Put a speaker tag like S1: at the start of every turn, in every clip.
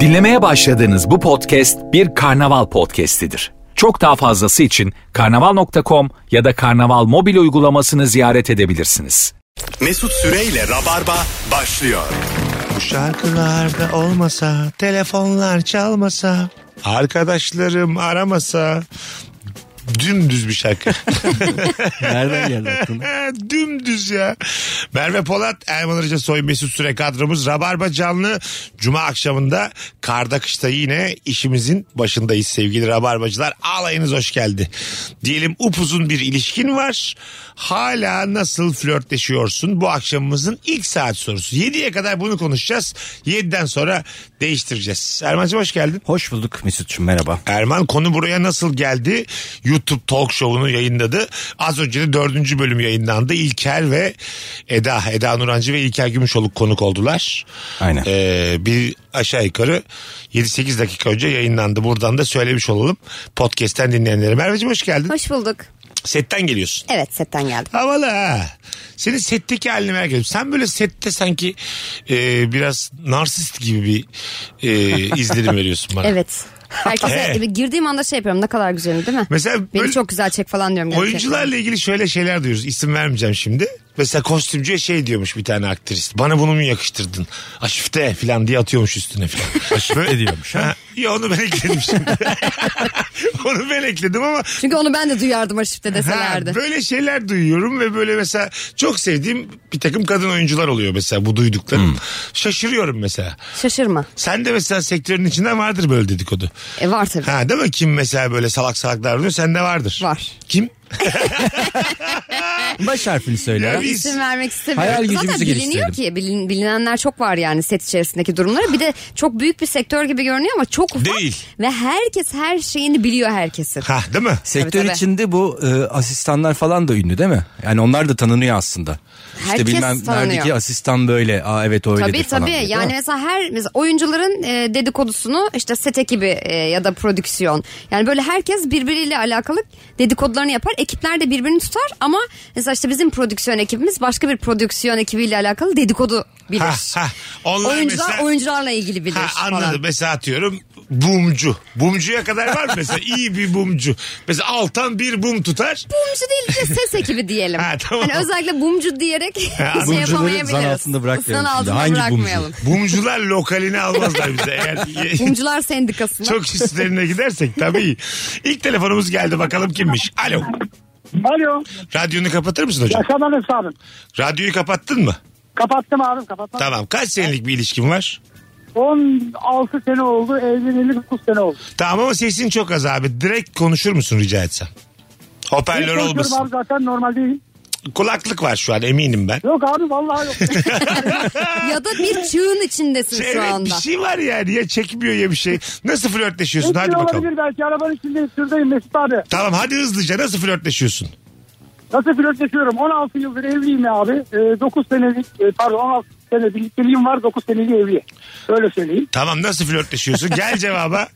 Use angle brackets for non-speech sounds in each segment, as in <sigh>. S1: Dinlemeye başladığınız bu podcast bir karnaval podcastidir. Çok daha fazlası için karnaval.com ya da karnaval mobil uygulamasını ziyaret edebilirsiniz.
S2: Mesut Süreyle Rabarba başlıyor.
S3: Bu şarkılarda olmasa, telefonlar çalmasa, arkadaşlarım aramasa dümdüz bir şarkı.
S4: Nereden geldi aklına?
S3: <laughs> dümdüz ya. Merve Polat, Erman Arıca Soy, Mesut Süre kadromuz. Rabarba canlı Cuma akşamında karda kışta yine işimizin başındayız sevgili Rabarbacılar. Alayınız hoş geldi. Diyelim upuzun bir ilişkin var. Hala nasıl flörtleşiyorsun? Bu akşamımızın ilk saat sorusu. 7'ye kadar bunu konuşacağız. 7'den sonra değiştireceğiz. Erman'cığım hoş geldin.
S4: Hoş bulduk Mesut'cum merhaba.
S3: Erman konu buraya nasıl geldi? YouTube talk show'unu yayınladı. Az önce de dördüncü bölüm yayınlandı. İlker ve Eda, Eda Nurancı ve İlker Gümüşoluk konuk oldular.
S4: Aynen.
S3: Ee, bir aşağı yukarı 7-8 dakika önce yayınlandı. Buradan da söylemiş olalım. Podcast'ten dinleyenlere. Merveciğim hoş geldin.
S5: Hoş bulduk.
S3: Setten geliyorsun.
S5: Evet setten geldim.
S3: Havalı ha. Senin setteki halini merak ediyorum. Sen böyle sette sanki e, biraz narsist gibi bir
S5: <laughs>
S3: e, izlenim veriyorsun bana.
S5: Evet. Herkese
S3: He.
S5: girdiğim anda şey yapıyorum ne kadar güzelim değil mi?
S3: Mesela
S5: Beni
S3: böyle-
S5: çok güzel çek falan diyorum. gerçekten.
S3: Oyuncularla ilgili şöyle şeyler duyuyoruz. İsim vermeyeceğim şimdi. Mesela kostümcüye şey diyormuş bir tane aktrist. Bana bunu mu yakıştırdın? Aşifte falan diye atıyormuş üstüne falan. <laughs> Aşifte
S4: diyormuş,
S3: ha. <laughs> Ya onu ben ekledim şimdi. <laughs> onu ben ekledim ama
S5: Çünkü onu ben de duyardım arşivde
S3: ha,
S5: deselerdi.
S3: böyle şeyler duyuyorum ve böyle mesela çok sevdiğim bir takım kadın oyuncular oluyor mesela bu duyduklarım. Şaşırıyorum mesela.
S5: Şaşırma.
S3: Sen de mesela sektörün içinden vardır böyle dedikodu.
S5: E var tabii.
S3: Ha değil mi? Kim mesela böyle salak salak davranıyor? Sende vardır.
S5: Var.
S3: Kim?
S4: Baş harfini söyle.
S3: Ya
S4: ya.
S3: biz-
S5: İsim vermek istemiyorum.
S4: Hayal gücümüzü
S5: Zaten biliniyor
S4: geliştirelim.
S5: ki bilin- bilinenler çok var yani set içerisindeki durumları. Bir de çok büyük bir sektör gibi görünüyor ama çok ufak.
S3: Değil.
S5: Ve herkes her şeyini biliyor herkesin.
S3: Ha değil mi?
S4: Sektör
S5: Tabii, tabii.
S4: içinde bu e, asistanlar falan da ünlü değil mi? Yani onlar da tanınıyor aslında.
S5: Herkes
S4: işte bilmem
S5: tanınıyor.
S4: neredeki asistan böyle. Aa evet o öyledir
S5: Tabii
S4: falan.
S5: tabii
S4: diye, değil
S5: yani
S4: mi?
S5: mesela her mesela oyuncuların e, dedikodusunu işte set ekibi e, ya da prodüksiyon yani böyle herkes birbiriyle alakalı dedikodularını yapar ekipler de birbirini tutar ama mesela işte bizim prodüksiyon ekibimiz başka bir prodüksiyon ekibiyle alakalı dedikodu bilir.
S3: Ha, ha. Onlar
S5: Oyuncular
S3: mesela-
S5: oyuncularla ilgili bilir
S3: Ha, anladım.
S5: falan.
S3: Mesela atıyorum bumcu. Bumcuya kadar var mı mesela? iyi bir bumcu. Mesela Altan bir bum tutar.
S5: Bumcu değil de
S4: <laughs>
S5: ses ekibi diyelim.
S3: Ha, tamam.
S5: Hani özellikle bumcu diyerek <laughs> şey
S4: Bumcuları zan
S5: yapamayabiliriz.
S4: altında bırakmayalım
S5: Zan
S4: şimdi.
S5: altında
S4: Hangi bumcu?
S5: bırakmayalım.
S3: Bumcular lokalini almazlar bize. Eğer
S5: Bumcular sendikasına.
S3: çok üstlerine gidersek tabii. İlk telefonumuz geldi bakalım kimmiş. Alo.
S6: Alo.
S3: Radyonu kapatır mısın hocam?
S6: Yaşanan hesabım.
S3: Radyoyu kapattın mı?
S6: Kapattım abim kapatmam.
S3: Tamam. Kaç senelik bir ilişkin var?
S6: 16 sene oldu. Evleneli 9 sene oldu.
S3: Tamam ama sesin çok az abi. Direkt konuşur musun rica etsem?
S6: Ben
S3: Hoparlör
S6: abi
S3: olmasın.
S6: zaten normal değilim.
S3: Kulaklık var şu an eminim ben.
S6: Yok abi vallahi
S3: <laughs>
S6: yok.
S5: ya da bir çığın içindesin
S3: Evet
S5: şu anda.
S3: bir şey var yani ya çekmiyor ya bir şey. Nasıl flörtleşiyorsun hadi
S6: Etkili
S3: bakalım.
S6: olabilir belki arabanın içindeyim şuradayım Mesut abi.
S3: Tamam hadi hızlıca nasıl flörtleşiyorsun?
S6: Nasıl flörtleşiyorum? 16 yıldır evliyim ya abi. Ee, 9 senelik e, pardon 16 sene birlikteliğim var 9 senelik evli. Öyle söyleyeyim.
S3: Tamam nasıl flörtleşiyorsun?
S5: <laughs>
S3: Gel cevaba.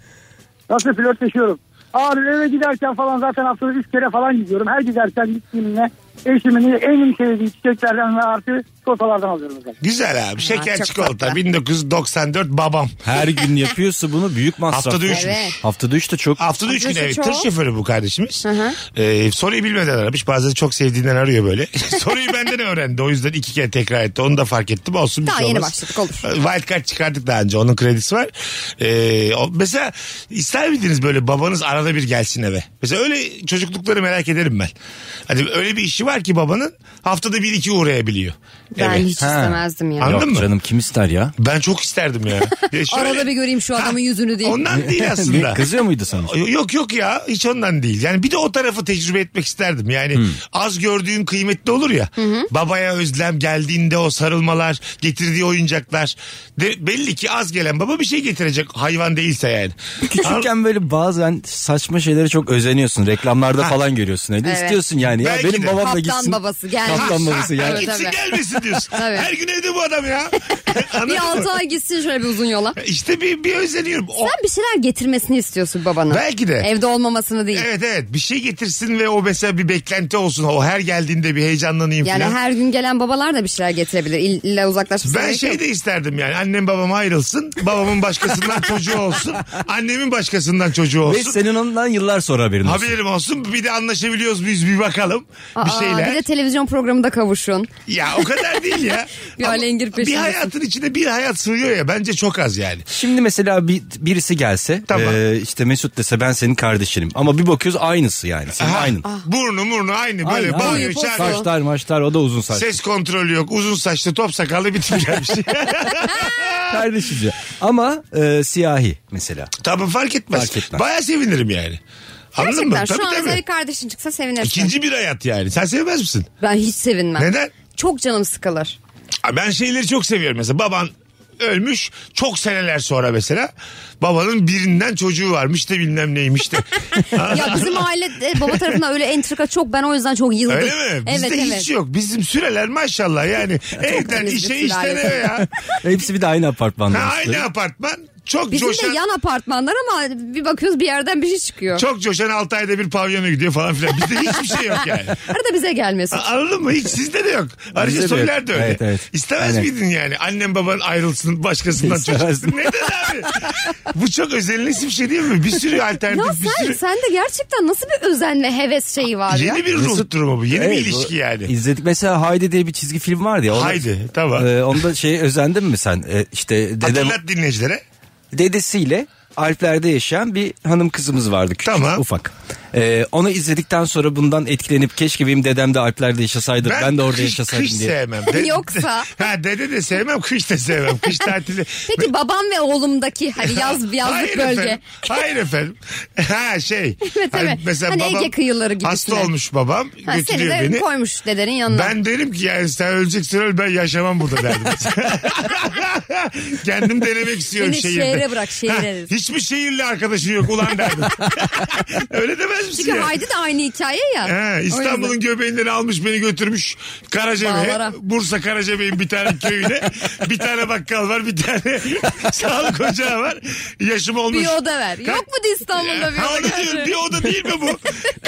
S6: Nasıl flörtleşiyorum? Abi eve giderken falan zaten haftada 3 kere falan gidiyorum. Her giderken gittiğimle eşimin en sevdiği çiçeklerden ve artı çikolatalardan alıyorum. zaten.
S3: Güzel abi. Şeker
S5: çok
S3: çikolata
S5: tatlı.
S3: 1994 babam.
S4: Her gün yapıyorsa bunu büyük masraf.
S3: Haftada
S4: bu.
S3: üç.
S5: Evet.
S4: Haftada üç de çok.
S3: Haftada üç gün
S5: Ateşi
S3: evet.
S5: çok.
S3: Tır şoförü bu kardeşimiz.
S5: Hı hı.
S3: Ee, soruyu bilmeden aramış. Bazen çok sevdiğinden arıyor böyle.
S5: <laughs>
S3: soruyu benden öğrendi. O yüzden iki kere tekrar etti. Onu da fark ettim. Olsun bir
S5: Daha
S3: şey
S5: yeni
S3: olmaz.
S5: başladık, olur.
S3: Wild card çıkardık daha önce. Onun kredisi var. Ee, o- mesela ister miydiniz böyle babanız arada bir gelsin eve? Mesela öyle çocuklukları merak ederim ben. Hani öyle bir işi var ki babanın haftada bir iki uğrayabiliyor.
S5: Ben
S3: eve.
S5: hiç
S4: Ha.
S5: istemezdim ya.
S3: Anladın
S4: Yok
S3: mı?
S4: canım kim ister ya?
S3: Ben çok
S5: <laughs>
S3: isterdim ya. Ya şöyle-
S5: Arada bir göreyim şu adamın
S3: Ha,
S5: yüzünü diye.
S3: Ondan
S4: <laughs>
S3: değil aslında.
S4: Ne, Kızıyor muydu sana?
S3: Yok yok ya hiç ondan değil. Yani bir de o tarafı tecrübe etmek isterdim. Yani
S4: Hmm.
S3: az gördüğün kıymetli olur ya. Babaya özlem geldiğinde o sarılmalar, getirdiği oyuncaklar. De, belli ki az gelen baba bir şey getirecek hayvan değilse yani.
S4: Küçükken böyle bazen saçma şeylere çok özeniyorsun. Reklamlarda
S3: Ha.
S4: falan görüyorsun öyle.
S5: Evet.
S4: İstiyorsun yani. Ya
S3: Belki
S4: benim
S3: de.
S4: babam da
S5: Kaptan
S4: gitsin.
S5: babası gelmiş.
S4: <laughs> Kaptan babası
S3: Ha,
S4: yani.
S5: Evet.
S3: gitsin
S5: tabii.
S3: gelmesin
S5: <laughs>
S3: diyorsun.
S5: Tabii.
S3: Her gün evde bu adam ya.
S5: <laughs>
S3: Anladın
S5: Bir
S3: mı?
S5: altı ay gitsin şöyle bir uzun yola.
S3: İşte bir, bir özeniyorum. O-
S5: Sen bir şeyler getirmesini istiyorsun babanın.
S3: Belki de.
S5: Evde olmamasını değil.
S3: Evet evet bir şey getirsin ve o mesela bir beklenti olsun. O her geldiğinde bir heyecanlanayım
S5: Yani
S3: falan.
S5: her gün gelen babalar da bir şeyler getirebilir. İlla uzaklaşmasına
S3: Ben
S5: gerek
S3: şey
S5: yok.
S3: de isterdim yani annem babam ayrılsın
S5: <laughs>
S3: babamın başkasından çocuğu olsun annemin başkasından çocuğu
S4: Ve
S3: olsun
S4: senin ondan yıllar sonra haberin olsun.
S3: haberim olsun bir de anlaşabiliyoruz biz bir bakalım bir
S5: Aa,
S3: şeyler.
S5: bir de televizyon programında kavuşun.
S3: Ya o kadar
S5: <laughs>
S3: değil ya.
S5: Bir
S3: Ama
S5: alengir
S3: Bir
S5: peşindesin.
S3: hayatın içinde bir hayat sığıyor ya bence çok az yani.
S4: Şimdi mesela bir, birisi gelse
S3: Tamam.
S4: e, işte Mesut dese ben senin kardeşinim ama bir bakıyoruz aynısı yani senin
S3: Aha,
S4: aynın.
S3: Burnu murnu aynı böyle
S4: Aynı,
S3: bağırıyor
S5: aynı. Postu.
S3: çağırıyor.
S4: Saçlar maçlar o da uzun saç.
S3: Ses kontrolü yok uzun saçlı top sakallı bir şey. tip gelmiş.
S5: <laughs>
S4: Kardeşiz ya. Ama e, siyahi mesela.
S3: Tabii fark etmez.
S4: Fark etmez.
S3: Baya sevinirim yani. Anladın
S5: Gerçekten
S3: mı?
S5: şu
S3: Tabii
S5: an
S3: tabii.
S5: Zahir kardeşin çıksa sevinirsin.
S3: İkinci bir hayat yani. Sen sevmez misin?
S5: Ben hiç sevinmem.
S3: Neden?
S5: Çok canım
S3: <laughs>
S5: sıkılır.
S3: Aa, Ben şeyleri çok seviyorum mesela. Baban ölmüş çok seneler sonra mesela babanın birinden çocuğu varmış da bilmem neymiş de.
S5: <laughs> ya bizim ailede baba tarafından öyle entrika çok ben o yüzden çok yıldım.
S3: Öyle mi? Bizde
S5: evet evet.
S3: hiç yok. Bizim süreler maşallah
S5: <laughs>
S3: yani. evden
S5: temiz bir
S3: işe
S5: sülale.
S3: işten
S5: <laughs>
S3: eve ya.
S4: Hepsi bir de aynı apartmanda.
S3: Ha,
S4: işte.
S3: aynı apartman. Çok
S5: Bizim
S3: coşan.
S5: de yan apartmanlar ama bir bakıyoruz bir yerden bir şey çıkıyor.
S3: Çok coşan 6 ayda bir pavyona gidiyor falan filan. Bizde hiçbir şey yok yani.
S5: Arada bize gelmesin.
S3: A- Anladın mı? Hiç sizde de yok.
S4: Bizde de
S3: Ayrıca
S4: yok.
S3: Soyler de öyle.
S4: Evet, evet.
S3: İstemez
S4: Aynen.
S3: miydin yani? Annem baban ayrılsın başkasından
S4: İstemezdim.
S3: çocuksun. Neden abi? Bu çok özenlisi bir şey değil mi? Bir sürü
S5: Ya
S3: alternatif. bir şey-
S5: sen,
S3: sürü...
S5: sen de gerçekten nasıl bir özen ve heves şeyi var ya?
S3: Yeni bir ruh
S4: Mesut-
S3: durumu bu. Yeni
S4: Evet,
S3: bir ilişki
S4: bu-
S3: yani.
S4: İzledik mesela Haydi diye bir çizgi film vardı ya. Ona-
S3: Haydi tamam.
S4: E, onda şey özendin mi sen? E, işte dedem,
S3: Hatırlat dinleyicilere.
S4: dedesiyle Alplerde yaşayan bir hanım kızımız vardı küçük
S3: Tamam.
S4: ufak. E, onu izledikten sonra bundan etkilenip keşke benim dedem de Alplerde yaşasaydı ben, de orada
S3: kış,
S4: yaşasaydım
S3: kış
S4: diye.
S3: sevmem. De-
S5: <laughs> Yoksa?
S3: Ha dede de sevmem, kış da sevmem. Kış tatili.
S5: <laughs> Peki babam ve oğlumdaki hani
S3: <laughs>
S5: yaz yazlık bölge.
S3: Efendim. Hayır efendim. <laughs> Ha şey.
S5: Evet,
S3: Hani
S5: evet. Hani Ege kıyıları gibisine.
S3: Hasta olmuş babam.
S5: Ha, seni
S3: götürüyor
S5: de
S3: beni.
S5: koymuş dedenin yanına.
S3: Ben derim ki yani sen öleceksin öl ben yaşamam burada derdim. <laughs> Kendim denemek istiyorum
S5: Beni
S3: şehirde.
S5: şehre bırak, şehir
S3: Ha,
S5: arası.
S3: Hiçbir şehirle arkadaşın yok ulan derdim. <laughs> Öyle demez misin
S5: Çünkü
S3: yani?
S5: Haydi de aynı hikaye ya.
S3: He,
S5: O
S3: İstanbul'un
S5: yüzden.
S3: göbeğinden almış beni götürmüş Karacabey'e.
S5: Bağlara.
S3: Bursa Karacabey'in bir tane köyüne. bir tane bakkal var bir tane <laughs> sağlık ocağı var. Yaşım olmuş.
S5: bir oda ver.
S3: Ka-
S5: Yok mu da İstanbul'da bir
S3: Ha, onu
S5: oda?
S3: diyorum bir oda değil mi
S5: <laughs>
S3: bu?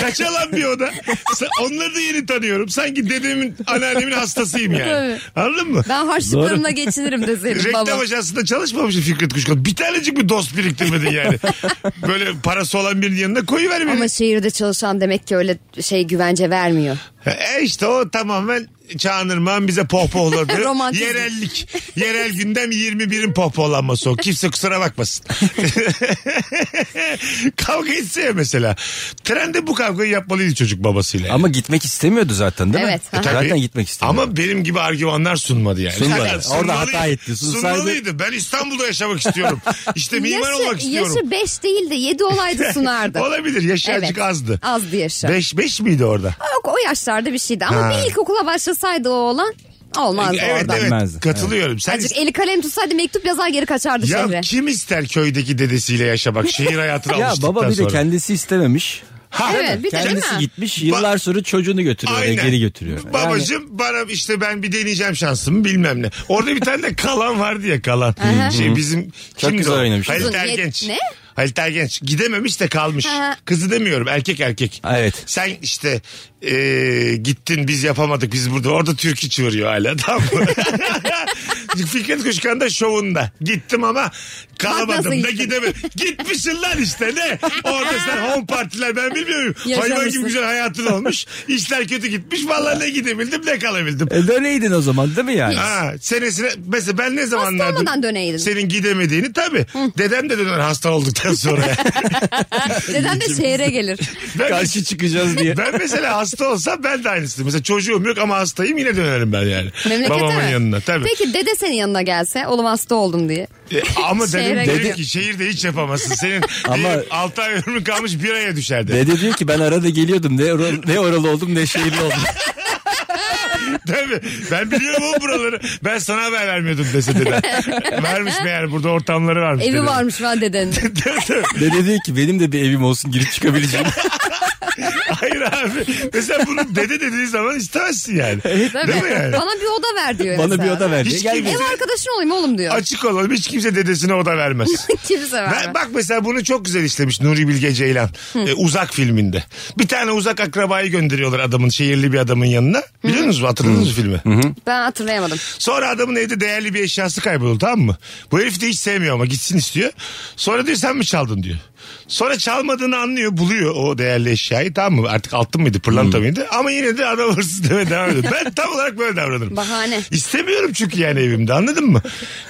S3: Kaçalan bir oda. Sa- Onları da yeni tanıyorum. Sanki dedemin anneannemin hastasıyım yani. Anladın mı?
S5: Ben harçlıklarımla geçinirim de senin baba.
S3: Reklam ajansında çalışmamışım Fikret Kuşkan. Bir tanecik bir dost biriktirmedin
S5: <laughs>
S3: yani. Böyle parası olan birinin yanına koyuver beni.
S5: Ama şehirde çalışan demek ki öyle şey güvence vermiyor.
S3: E işte o tamamen Çağınırman bize pohpohladı.
S5: <laughs> Romantizm.
S3: Yerellik. Yerel gündem 21'in pohpohlanması o. Kimse
S5: <laughs>
S3: kusura bakmasın. <laughs> kavga etse ya mesela. Trende bu kavgayı yapmalıydı çocuk babasıyla. yani.
S4: Ama gitmek istemiyordu zaten değil
S5: Evet,
S4: mi?
S5: ha.
S4: Zaten
S3: E, Tabii.
S4: gitmek istemiyordu.
S3: Ama benim gibi argümanlar sunmadı yani.
S4: Sunmadı.
S3: Fakat
S4: Orada
S3: sunmalıydı.
S4: hata etti. Sunsaydı-
S3: Sunmalıydı. Ben İstanbul'da yaşamak istiyorum. İşte mimar
S5: yaşı,
S3: olmak istiyorum.
S5: Yaşı 5 değil de 7
S3: <laughs>
S5: olaydı <laughs> sunardı.
S3: Olabilir. Yaşı
S5: Evet.
S3: azıcık azdı.
S5: Azdı yaşı.
S3: 5 5 miydi orada?
S5: Yok o yaşlarda bir şeydi ama
S3: Ha.
S5: bir ilkokula başlasaydı o olan olmazdı
S3: evet
S5: oradan.
S3: evet.
S4: Bilmezdi.
S3: Katılıyorum. Sen
S5: Azıcık eli kalem tutsaydı mektup yazar geri kaçardı
S3: Ya
S5: şehre.
S3: kim ister köydeki dedesiyle yaşamak? Şehir hayatına
S4: Ya
S3: alıştıktan
S4: baba bir de
S3: sonra.
S4: kendisi istememiş.
S3: Ha,
S5: Evet, bir de değil
S4: Kendisi
S5: mi?
S4: gitmiş yıllar sonra çocuğunu götürüyor ve
S3: Aynen.
S4: geri götürüyor. Yani
S3: Babacım bana işte ben bir deneyeceğim şansımı bilmem ne. Orada bir tane de kalan vardı ya kalan. şey bizim kimdi
S4: güzel
S3: o?
S4: oynamış.
S3: Halit
S5: Uzun yet-
S3: Ergenç.
S5: ne?
S3: Halit Ergenç gidememiş de kalmış.
S5: Ha.
S3: Kızı demiyorum erkek erkek.
S4: Evet.
S3: Sen işte e, gittin biz yapamadık biz burada. Orada türkü çığırıyor hala <laughs> tamam mı? Fikret Kuşkan da şovunda. Gittim ama
S5: Bak
S3: kalamadım
S5: nasıl
S3: da
S5: gittin.
S3: gidemem. Gitmişsin lan işte ne? Orada sen home partiler ben bilmiyor muyum? Hayvan gibi
S5: Yaşamışsın.
S3: güzel hayatın olmuş. İşler kötü gitmiş. Vallahi ne gidebildim ne kalabildim.
S4: E döneydin o zaman değil mi yani?
S3: Ha, senesine mesela ben ne zaman
S5: Hasta olmadan döneydin. <laughs>
S3: Senin gidemediğini tabii. Dedem de döner hasta olduktan sonra.
S5: Dedem de şehre
S3: <laughs>
S5: gelir.
S3: ben,
S4: Karşı çıkacağız diye.
S3: ben mesela hasta olsam ben de aynısını. Mesela çocuğum yok ama hastayım yine dönerim ben yani.
S5: Memlekete
S3: Babamın
S5: mi?
S3: yanına tabii.
S5: Peki dede senin yanına gelse oğlum hasta oldum diye.
S3: E, ama
S5: Şehre
S3: dedem dedi
S4: gidelim.
S3: ki şehirde hiç yapamazsın. Senin
S4: Ama-
S3: ama... 6 ay ömrün kalmış bir aya düşer dedi.
S4: Dede diyor ki ben arada geliyordum ne, or- ne oralı oldum ne şehirli oldum.
S3: Tabii. Ben biliyorum o buraları. Ben sana haber vermiyordum dese dede. Vermiş meğer burada ortamları varmış.
S5: Evi
S3: dede.
S5: varmış ben dedenin.
S3: <laughs> Tabii, tabii.
S4: Dede diyor ki benim de bir evim olsun girip çıkabileceğim.
S3: Hayır abi. Mesela bunu dede dediği zaman istemezsin yani. Değil mi yani?
S5: Bana bir oda ver diyor
S4: Bana bir
S5: mesela.
S4: oda ver. diye
S3: Hiç
S4: gelmedi.
S3: kimse-
S5: Ev arkadaşın olayım oğlum diyor.
S3: Açık olalım hiç kimse dedesine oda vermez.
S5: <laughs> Kimse vermez.
S3: Ben, bak mesela bunu çok güzel işlemiş Nuri Bilge Ceylan. E, uzak filminde. Bir tane uzak akrabayı gönderiyorlar adamın şehirli bir adamın yanına. Biliyor musunuz? Hatırladınız mı filmi?
S5: Ben hatırlayamadım.
S3: Sonra adamın evde değerli bir eşyası kayboldu tamam mı? Bu herif de hiç sevmiyor ama gitsin istiyor. Sonra diyor sen mi çaldın diyor. Sonra çalmadığını anlıyor buluyor o değerli eşyayı tamam mı? Artık altın mıydı pırlanta mıydı? Ama yine de adam hırsız demeye devam ediyor. Ben tam olarak böyle davranırım.
S5: Bahane.
S3: İstemiyorum çünkü yani evimde anladın mı?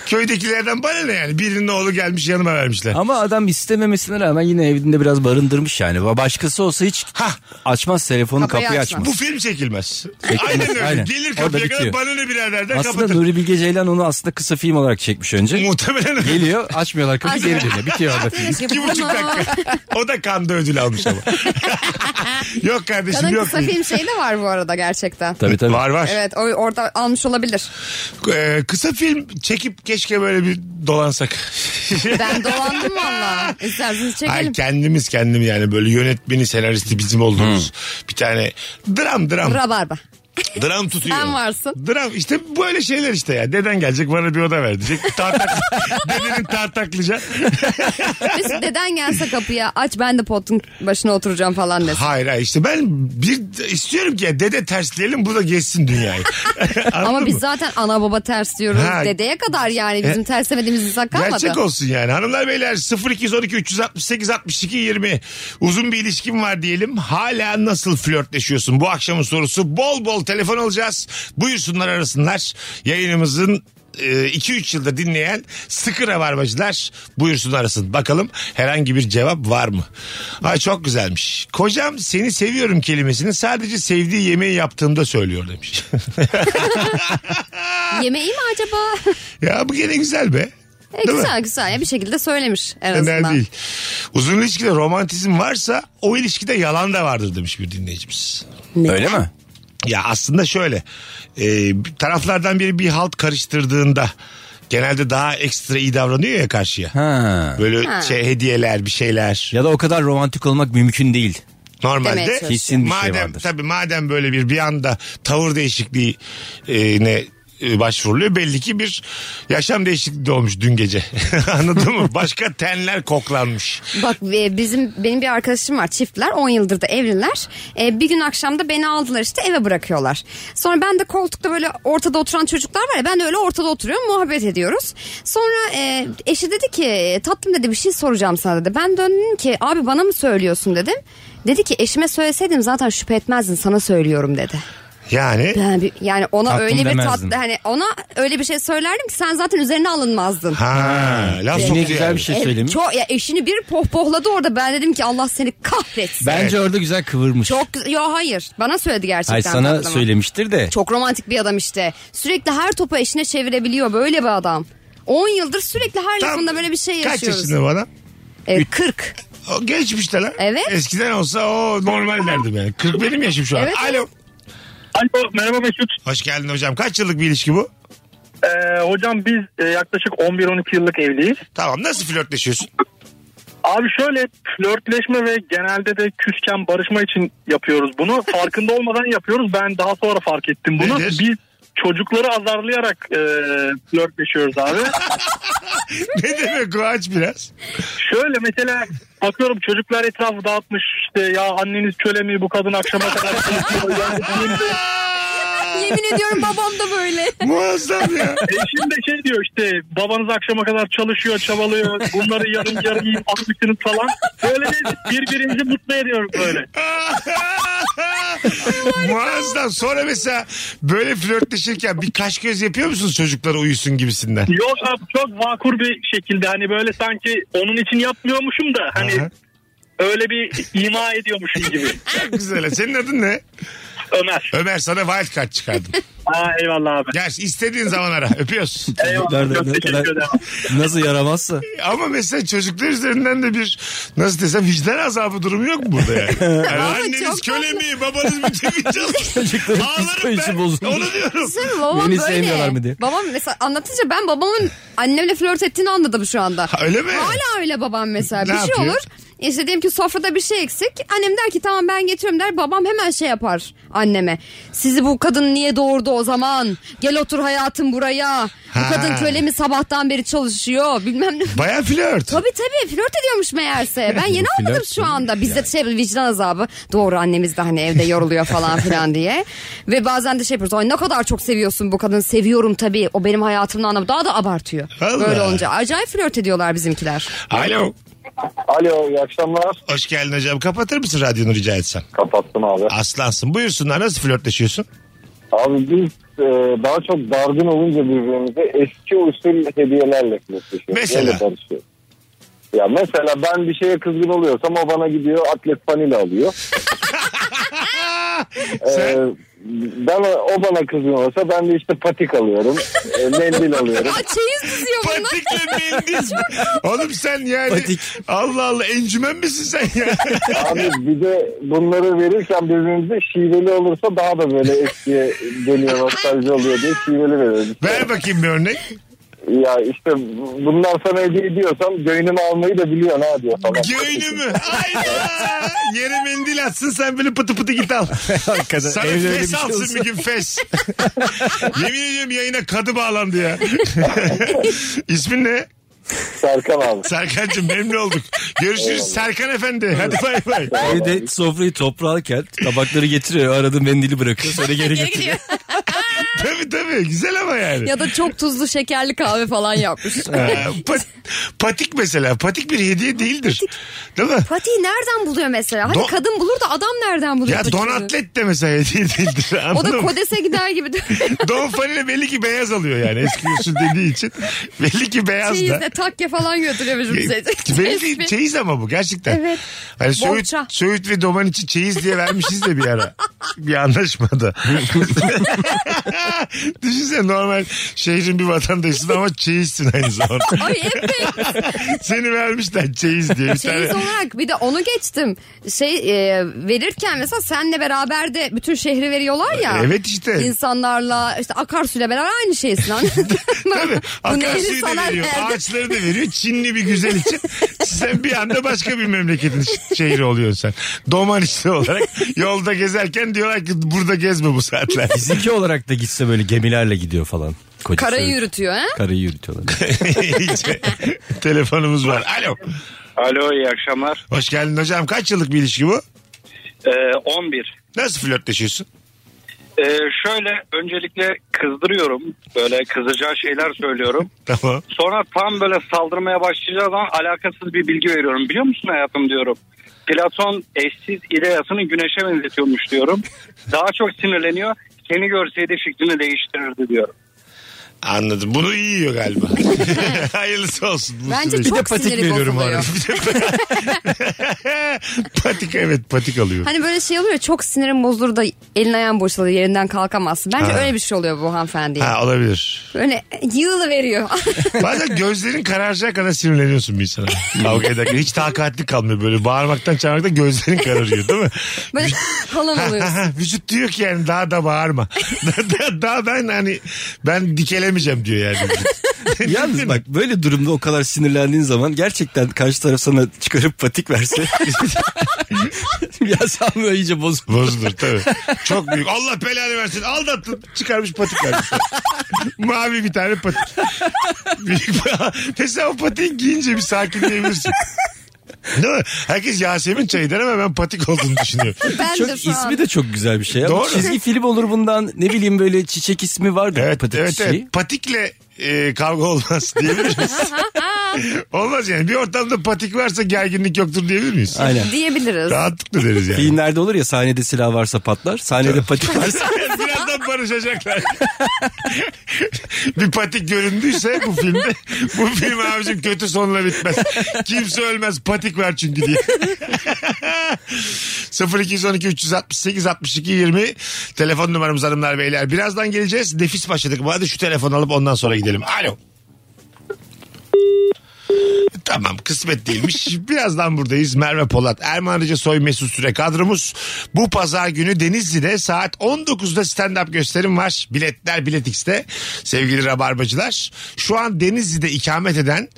S3: Köydekilerden bana ne yani? Birinin oğlu gelmiş yanıma vermişler.
S4: Ama adam istememesine rağmen yine evinde biraz barındırmış yani. Başkası olsa hiç
S3: Hah.
S4: açmaz telefonu
S5: Kapıyı
S4: kapıyı,
S5: açmaz.
S4: açmaz.
S3: Bu film çekilmez.
S4: Çekilmez,
S3: Aynen öyle.
S4: aynen.
S3: Gelir
S4: Orada
S3: kapıya kadar
S4: bitiyor.
S3: bana ne birader der
S4: Aslında
S3: kapatır.
S4: Nuri Bilge Ceylan onu aslında kısa film olarak çekmiş önce.
S3: Muhtemelen öyle.
S4: Geliyor açmıyorlar kapıyı
S5: Açmıyor.
S4: geri dönüyor. Bitiyor
S5: <laughs>
S4: orada film.
S5: Demek ki
S3: İki buçuk
S5: bunu- <laughs>
S3: dakika. <laughs> O da kanda ödül almış
S4: <laughs>
S3: ama. yok kardeşim
S5: Kadın
S3: yok.
S5: kısa film şeyi de var bu arada gerçekten.
S4: Tabii tabii.
S3: Var var.
S5: Evet o orada almış olabilir.
S3: Ee, kısa film çekip keşke böyle bir dolansak.
S5: <laughs> Ben dolandım valla.
S3: <laughs>
S5: İsterseniz
S3: Ay
S5: çekelim.
S3: kendimiz kendim yani böyle yönetmeni senaristi bizim olduğumuz bir tane dram dram
S5: Rabarba.
S3: dram tutuyor.
S5: Sen varsın.
S3: Dram işte böyle şeyler işte ya. Deden gelecek bana bir oda ver
S5: <laughs>
S3: diyecek. Tartak, dedenin tartaklıca.
S5: Mesut deden gelse kapıya aç ben de potun başına oturacağım falan desin.
S3: Hayır hayır işte ben bir istiyorum ki ya dede tersleyelim bu da
S5: <laughs>
S3: geçsin dünyayı.
S5: Ama
S3: Anladın
S5: biz
S3: mı?
S5: zaten ana baba ters diyoruz.
S3: Ha.
S5: Dedeye kadar yani bizim
S3: E,
S5: terslemediğimiz insan kalmadı.
S3: Gerçek olsun yani. Hanımlar beyler 0212 368 62 20 uzun bir ilişkim var diyelim. Hala nasıl flörtleşiyorsun? Bu akşamın sorusu bol bol telefon alacağız. Buyursunlar arasınlar. Yayınımızın e, 2-3 yılda dinleyen sıkı rabarbacılar buyursun arasın. Bakalım herhangi bir cevap var mı? Ay çok güzelmiş. Kocam seni seviyorum kelimesini sadece sevdiği yemeği yaptığımda söylüyor demiş. <laughs>
S5: Yemeği mi acaba? <laughs>
S3: ya bu gene güzel be.
S5: E,
S3: Değil mi?
S5: güzel güzel ya bir şekilde söylemiş en
S3: Önemli
S5: azından.
S3: değil. Uzun ilişkide romantizm varsa o ilişkide yalan da vardır demiş bir dinleyicimiz.
S4: Öyle mi?
S3: Ya aslında şöyle e, taraflardan biri bir halt karıştırdığında genelde daha ekstra iyi davranıyor ya karşıya.
S4: Ha.
S3: Böyle
S5: Ha.
S3: şey hediyeler bir şeyler.
S4: Ya da o kadar romantik olmak mümkün değil.
S5: Demeye
S3: Normalde
S5: çalışıyor.
S4: Kesin bir şey
S3: madem
S4: vardır.
S3: tabii madem böyle bir bir anda tavır değişikliğine e, başvuruluyor belli ki bir yaşam değişikliği de olmuş dün gece. <laughs> Anladın mı? Başka tenler koklanmış.
S5: Bak e, bizim benim bir arkadaşım var çiftler 10 yıldır da evliler. E, bir gün akşamda beni aldılar işte eve bırakıyorlar. Sonra ben de koltukta böyle ortada oturan çocuklar var ya ben de öyle ortada oturuyorum muhabbet ediyoruz. Sonra e, eşi dedi ki tatlım dedi bir şey soracağım sana dedi. Ben döndüm ki abi bana mı söylüyorsun dedim. Dedi ki eşime söyleseydim zaten şüphe etmezdin sana söylüyorum dedi.
S3: Yani
S5: Yani, bir- yani ona
S4: Tatlım
S5: öyle bir
S4: demezdin.
S5: tatlı hani ona öyle bir şey söylerdim ki sen zaten üzerine alınmazdın.
S3: Ha, laf soktu
S4: Yine güzel
S3: yani.
S4: bir şey söylemiş.
S5: Çok ya eşini bir pohpohladı orada. Ben dedim ki Allah seni kahretsin.
S4: Bence orada güzel kıvırmış.
S5: Çok güzel. Ya hayır. Bana söyledi gerçekten.
S4: Hayır sana
S5: tatlım.
S4: söylemiştir de.
S5: Çok romantik bir adam işte. Sürekli her topu eşine çevirebiliyor böyle bir adam. 10 yıldır sürekli her
S3: Tam
S5: lafında böyle bir şey
S3: Kaç
S5: yaşıyoruz.
S3: yaşında bu adam?
S5: Ee, 40.
S3: O geçmiş de lan.
S5: Evet.
S3: Eskiden olsa o normal derdim yani. 40 benim yaşım şu an.
S5: Evet,
S3: Alo.
S7: Alo merhaba Mesut.
S3: Hoş geldin hocam. Kaç yıllık bir ilişki bu?
S7: Ee, hocam biz e, yaklaşık 11-12 yıllık evliyiz.
S3: Tamam nasıl flörtleşiyorsun? <laughs>
S7: Abi şöyle flörtleşme ve genelde de küsken barışma için yapıyoruz bunu. Farkında olmadan yapıyoruz. Ben daha sonra fark ettim bunu.
S3: Nedir?
S7: Biz çocukları azarlayarak e, flörtleşiyoruz abi.
S3: ne demek o
S5: <laughs>
S3: aç biraz.
S7: şöyle mesela bakıyorum çocuklar etrafı dağıtmış. İşte ya anneniz köle mi bu kadın akşama kadar çalışıyor. Yani benim de-
S5: Yemin ediyorum babam da böyle. <laughs>
S3: Muazzam ya. <laughs>
S7: Eşim de şey diyor işte babanız akşama kadar çalışıyor çabalıyor bunları yarın yarın yiyip atmışsınız falan. Böyle bir- birbirimizi mutlu ediyoruz böyle.
S3: Muazzam. Sonra mesela böyle flörtleşirken bir kaş göz yapıyor musunuz çocuklara uyusun gibisinden?
S7: Yok abi çok vakur bir şekilde hani böyle sanki onun için yapmıyormuşum da hani
S3: Aha.
S7: öyle bir ima ediyormuşum
S4: <laughs>
S7: gibi.
S3: Çok güzel. Senin adın ne?
S7: Ömer.
S3: Ömer sana wild card çıkardım.
S7: Aa, eyvallah abi.
S3: Gel istediğin zaman ara. Öpüyoruz.
S7: Eyvallah.
S4: Nerede,
S7: Çok
S4: ne kadar-
S7: teşekkür ederim.
S4: Nasıl yaramazsa.
S3: Ama mesela çocuklar üzerinden de bir nasıl desem vicdan azabı durumu yok mu burada
S4: <laughs>
S3: yani? Yani anneniz
S5: çok
S3: köle mi? Babanız bütün gün çalışıyor.
S4: Çocukların
S3: Ağlarım
S4: psikolojisi
S3: ben.
S4: bozulmuş.
S3: Onu diyorum.
S5: Değil mi? Babam
S4: Beni
S5: böyle.
S4: sevmiyorlar mı diye.
S5: Babam mesela anlatınca ben babamın annemle flört ettiğini anladım şu anda.
S3: Öyle mi?
S5: Hala öyle babam mesela.
S3: Ne
S5: bir şey
S3: yapıyor?
S5: olur. İşte diyelim ki sofrada bir şey eksik. Annem der ki tamam ben getiriyorum der. Babam hemen şey yapar anneme. Sizi bu kadın niye doğurdu o zaman? Gel otur hayatım buraya.
S3: Ha.
S5: Bu kadın kölemi sabahtan beri çalışıyor. Bilmem ne.
S3: Baya flört.
S5: Tabii tabii flört ediyormuş meğerse. Ben
S3: <laughs>
S5: yeni anladım şu anda. Bizde şey vicdan azabı. Doğru annemiz de hani evde yoruluyor falan
S3: <laughs>
S5: filan diye. Ve bazen de şey yapıyoruz. Ay ne kadar çok seviyorsun bu kadını. Seviyorum tabii. O benim hayatımın anlamı. Daha da abartıyor.
S3: Allah.
S5: Böyle olunca. Acayip flört ediyorlar bizimkiler.
S3: Alo.
S8: Alo iyi akşamlar.
S3: Hoş geldin hocam. Kapatır mısın radyonu rica etsem?
S8: Kapattım abi.
S3: Aslansın. Buyursunlar. Nasıl flörtleşiyorsun?
S8: Abi biz e, daha çok dargın olunca birbirimize eski usul hediyelerle flörtleşiyoruz.
S3: Mesela?
S8: Öyle barışıyoruz. Ya mesela ben bir şeye kızgın oluyorsam o bana gidiyor atlet panile alıyor.
S3: Sen-
S8: Ee, ben o, o bana kızgın olsa ben de işte patik alıyorum. e, mendil alıyorum.
S5: Ya çeyiz diziyor bunlar.
S3: <laughs> Patikle bildiniz mi? Oğlum sen yani
S4: Patik.
S3: Allah Allah encümen misin sen
S4: <laughs>
S3: ya?
S8: Abi bir de bunları verirken birbirimize şiveli olursa daha da böyle eskiye dönüyor nostalji oluyor diye şiveli veriyoruz.
S3: Ver bakayım bir örnek.
S8: Ya işte bundan sana hediye ediyorsam göğünümü almayı da biliyorsun ha diyor falan.
S3: Göğünümü. Hayda. Yere mendil atsın sen böyle pıtı pıtı git al.
S4: Hakikaten
S3: Sana
S4: evde öyle bir
S3: fes
S4: şey
S3: alsın
S4: olsa.
S3: bir gün
S4: <laughs>
S3: fes. Yemin ediyorum yayına kadı bağlandı ya. <laughs> İsmin ne?
S8: Serkan abi.
S3: Serkan'cığım memnun olduk. Görüşürüz Serkan efendi. Hadi bay bay.
S4: Evde sofrayı toprağa kelt, tabakları getiriyor, arada mendili bırakıyor, sonra geri
S5: Geri
S4: getiriyor.
S5: gidiyor.
S3: tabii tabii güzel ama yani.
S5: ya da çok tuzlu şekerli kahve falan yapmış.
S3: Ha, pat- patik mesela. Patik bir hediye değildir. Değil mi?
S5: Patiği nereden buluyor mesela? Hani
S3: Don-
S5: kadın bulur da adam nereden buluyor?
S3: Ya
S5: bu çocuğu?
S3: donatlet de mesela hediye değildir.
S5: O da
S3: anladın mı?
S5: kodese gider
S3: <laughs>
S5: gibi.
S3: Don Fanile belli ki beyaz alıyor yani eski usul dediği için. Belli ki beyaz da.
S5: Çeyizle takke falan götürüyormuş şey. bize.
S3: <laughs> Belli çeyiz ama bu gerçekten.
S5: Evet.
S3: Hani Söğüt,
S5: Bohça.
S3: Söğüt ve Doman için çeyiz diye vermişiz de bir ara. bir anlaşmada. <laughs> Düşünsene normal şehrin bir vatandaşısın ama çeyizsin aynı zamanda.
S5: Ay evet.
S3: Seni vermişler çeyiz diye. Bir
S5: Çeyiz
S3: tane...
S5: Şey olarak bir de onu geçtim. Şey e, verirken mesela senle beraber de bütün şehri veriyorlar ya.
S3: E, Evet işte.
S5: İnsanlarla işte akarsuyla beraber aynı şeysin anladın
S3: <laughs>
S5: mı?
S3: Tabii.
S5: Bu
S3: Akarsuyu
S5: nehri
S3: da
S5: sana
S3: veriyor.
S5: verdi.
S3: Ağaçları da veriyor. Çinli bir güzel için. sen bir anda başka bir memleketin ş- şehri oluyorsun sen. Doman işte olarak. Yolda gezerken diyorlar ki burada gezme bu saatler.
S5: <laughs>
S4: Bizimki olarak da gitse böyle gemilerle gidiyor falan. Koca
S5: Karayı
S4: Söğüt.
S5: yürütüyor ha?
S4: Karayı yürütüyorlar.
S3: <laughs> İyice. Telefonumuz var. Alo.
S7: Alo iyi akşamlar.
S3: Hoş geldin hocam. Kaç yıllık bir ilişki bu?
S7: Ee, 11.
S3: Nasıl flörtleşiyorsun?
S7: Ee, şöyle öncelikle kızdırıyorum. Böyle kızacağı şeyler söylüyorum.
S3: Tamam.
S7: Sonra tam böyle saldırmaya başlayacağı zaman alakasız bir bilgi veriyorum. Biliyor musun hayatım diyorum. Platon eşsiz ideasını güneşe benzetiyormuş diyorum. Daha çok sinirleniyor. Seni görseydi fikrini değiştirirdi diyorum.
S3: Anladım. Bunu iyi yiyor galiba.
S5: <laughs>
S3: Hayırlısı olsun. Bu
S5: Bence
S3: süreç.
S5: çok siniri bozuluyor.
S3: arada. <laughs> Bir
S5: <laughs>
S3: <laughs> de- patik evet patik alıyor.
S5: Hani böyle şey oluyor ya, çok sinirim bozulur da elin ayağın boşalır yerinden kalkamazsın. Bence
S3: Ha.
S5: öyle bir şey oluyor bu hanımefendiye.
S3: Ha olabilir.
S5: Böyle yığılı veriyor.
S3: <laughs> Bazen gözlerin kararacağı kadar sinirleniyorsun bir insana. Kavga ederken hiç takatli kalmıyor böyle. Bağırmaktan çağırmaktan gözlerin kararıyor değil mi?
S5: böyle falan
S3: <laughs>
S5: oluyorsun.
S3: Vücut diyor ki yani daha da bağırma. <laughs> daha, daha ben hani ben dikelemeyeceğim diyor yani.
S4: Yalnız bak böyle durumda o kadar sinirlendiğin zaman gerçekten karşı taraf sana çıkarıp patik verse. <laughs> ya sen böyle iyice bozuk.
S3: Bozulur tabii. Çok büyük. Allah belanı versin. Aldattın. Çıkarmış patik vermiş. <laughs> Mavi bir tane patik. büyük bir- <laughs> Mesela o patiği giyince bir sakinleyebilirsin. Değil mi? Herkes Yasemin çayı der ama ben patik olduğunu düşünüyorum.
S5: Ben
S4: Çok,
S5: de şu an.
S4: ismi de çok güzel bir şey. ya.
S3: Doğru.
S4: Çizgi film olur bundan ne bileyim böyle çiçek ismi vardı.
S3: Evet,
S4: patik
S3: evet,
S4: çiçeği.
S3: evet. Patikle e, kavga olmaz <laughs> diyebilir miyiz?
S4: <laughs>
S3: olmaz yani. Bir ortamda patik varsa gerginlik yoktur diyebilir miyiz?
S4: Aynen.
S5: diyebiliriz.
S3: Rahatlıkla deriz yani.
S4: Filmlerde olur ya sahnede silah varsa patlar. Sahnede patik varsa.
S3: <laughs> Birazdan barışacaklar. <laughs> bir patik göründüyse bu filmde bu film abicim kötü sonla bitmez. Kimse ölmez patik var çünkü diye. <laughs> 0212 368 62 20 telefon numaramız hanımlar beyler. Birazdan geleceğiz. Nefis başladık. Hadi şu telefonu alıp ondan sonra gidelim. Alo. Tamam kısmet değilmiş. Birazdan buradayız. Merve Polat, Erman Arıca Soy Mesut Süre kadromuz. Bu pazar günü Denizli'de saat 19'da stand-up gösterim var. Biletler Bilet X'te. Sevgili Rabarbacılar. Şu an Denizli'de ikamet eden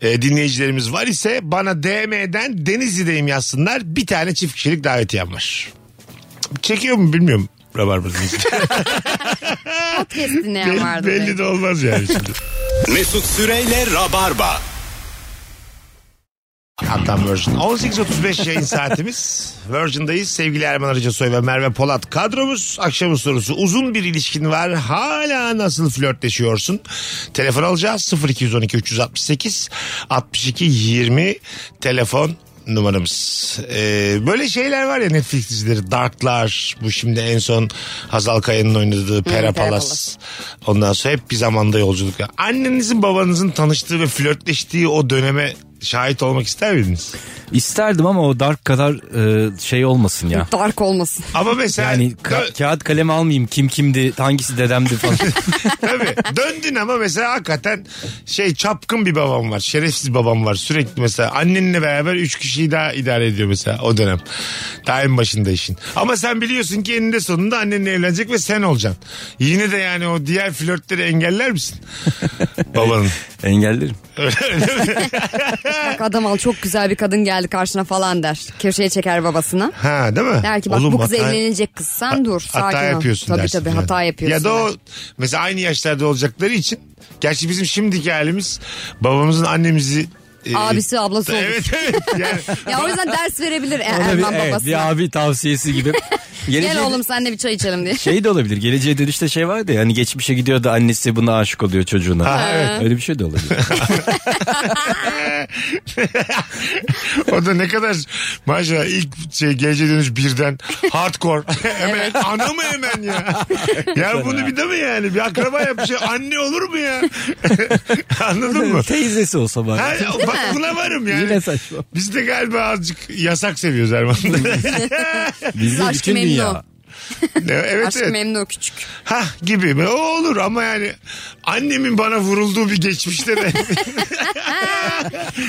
S3: e, dinleyicilerimiz var ise bana DM'den Denizli'deyim yazsınlar. Bir tane çift kişilik davetiyem var. Çekiyor mu bilmiyorum. Rabarbacılar.
S5: Podcast'in ne
S3: belli,
S5: vardı?
S3: belli de olmaz yani şimdi.
S2: Mesut Süreyle Rabarba.
S3: Kaptan Virgin. 18.35 yayın saatimiz. Virgin'dayız. Sevgili Erman Arıca Soy ve Merve Polat kadromuz. Akşamın sorusu uzun bir ilişkin var. Hala nasıl flörtleşiyorsun? Telefon alacağız. 0212 368 62 20 telefon numaramız. Ee, böyle şeyler var ya Netflix dizileri. Darklar. Bu şimdi en son Hazal Kaya'nın oynadığı
S5: Pera
S3: Pera Palas.
S5: Palas.
S3: Ondan sonra hep bir zamanda yolculuk. Annenizin babanızın tanıştığı ve flörtleştiği o döneme şahit olmak ister miydiniz?
S4: İsterdim ama o dark kadar e, şey olmasın ya.
S5: Dark olmasın.
S3: Ama mesela
S4: Yani ka-
S3: dö-
S4: kağıt kalem almayayım. Kim kimdi, hangisi dedemdi falan.
S3: <laughs> tabii, döndün ama mesela hakikaten şey çapkın bir babam var. Şerefsiz babam var. Sürekli mesela annenle beraber üç kişiyi daha idare ediyor mesela o dönem. Daha en başında işin. Ama sen biliyorsun ki eninde sonunda annenle evlenecek ve sen olacaksın. Yine de yani o diğer flörtleri engeller
S4: <laughs>
S3: misin? Babanın.
S4: Engellerim.
S5: Bak adam al çok güzel bir kadın geldi karşına falan der. Köşeye çeker babasına.
S3: Ha değil mi?
S5: Der ki bak
S3: Oğlum
S5: bu kız
S3: hata-
S5: evlenecek kız sen dur sakin
S3: hata
S5: ol.
S3: yapıyorsun
S5: tabii
S3: dersin
S5: tabii
S3: yani.
S5: hata yapıyorsun.
S3: Ya da o mesela aynı yaşlarda olacakları için gerçi bizim şimdiki halimiz babamızın annemizi e,
S5: Abisi, ablası olur.
S3: <laughs> Evet evet. Yani
S5: Ya o yüzden ders verebilir Er-
S4: Ona bir,
S5: Erman
S4: evet,
S5: babasına.
S4: bir abi tavsiyesi gibi. Geleceğe-
S5: <laughs> Gel oğlum senle bir çay içelim
S3: <laughs>
S5: diye.
S4: Şey de olabilir. Geleceğe dönüşte şey vardı ya. Hani geçmişe gidiyor da annesi buna aşık oluyor çocuğuna. Öyle bir şey
S5: <laughs>
S4: de olabilir.
S3: o da ne kadar maşallah ilk şey gece dönüş birden hardcore. <laughs> hemen ana mı hemen
S4: <laughs>
S3: ya? ya bunu bir de mi yani? Bir akraba yap bir şey. Anne olur mu ya? <laughs> Anladın mı?
S4: Teyzesi olsa bari.
S3: Ha, bak buna varım yani.
S4: Yine saçma.
S3: Biz de galiba azıcık yasak
S5: <laughs>
S3: seviyoruz Erman. <laughs>
S4: Bizde
S5: Aşk
S4: bütün
S5: memnu.
S4: dünya.
S3: evet
S5: Aşk
S3: evet.
S5: memnu küçük.
S3: Ha gibi. O olur ama yani annemin bana vurulduğu bir
S5: <laughs>
S3: geçmişte de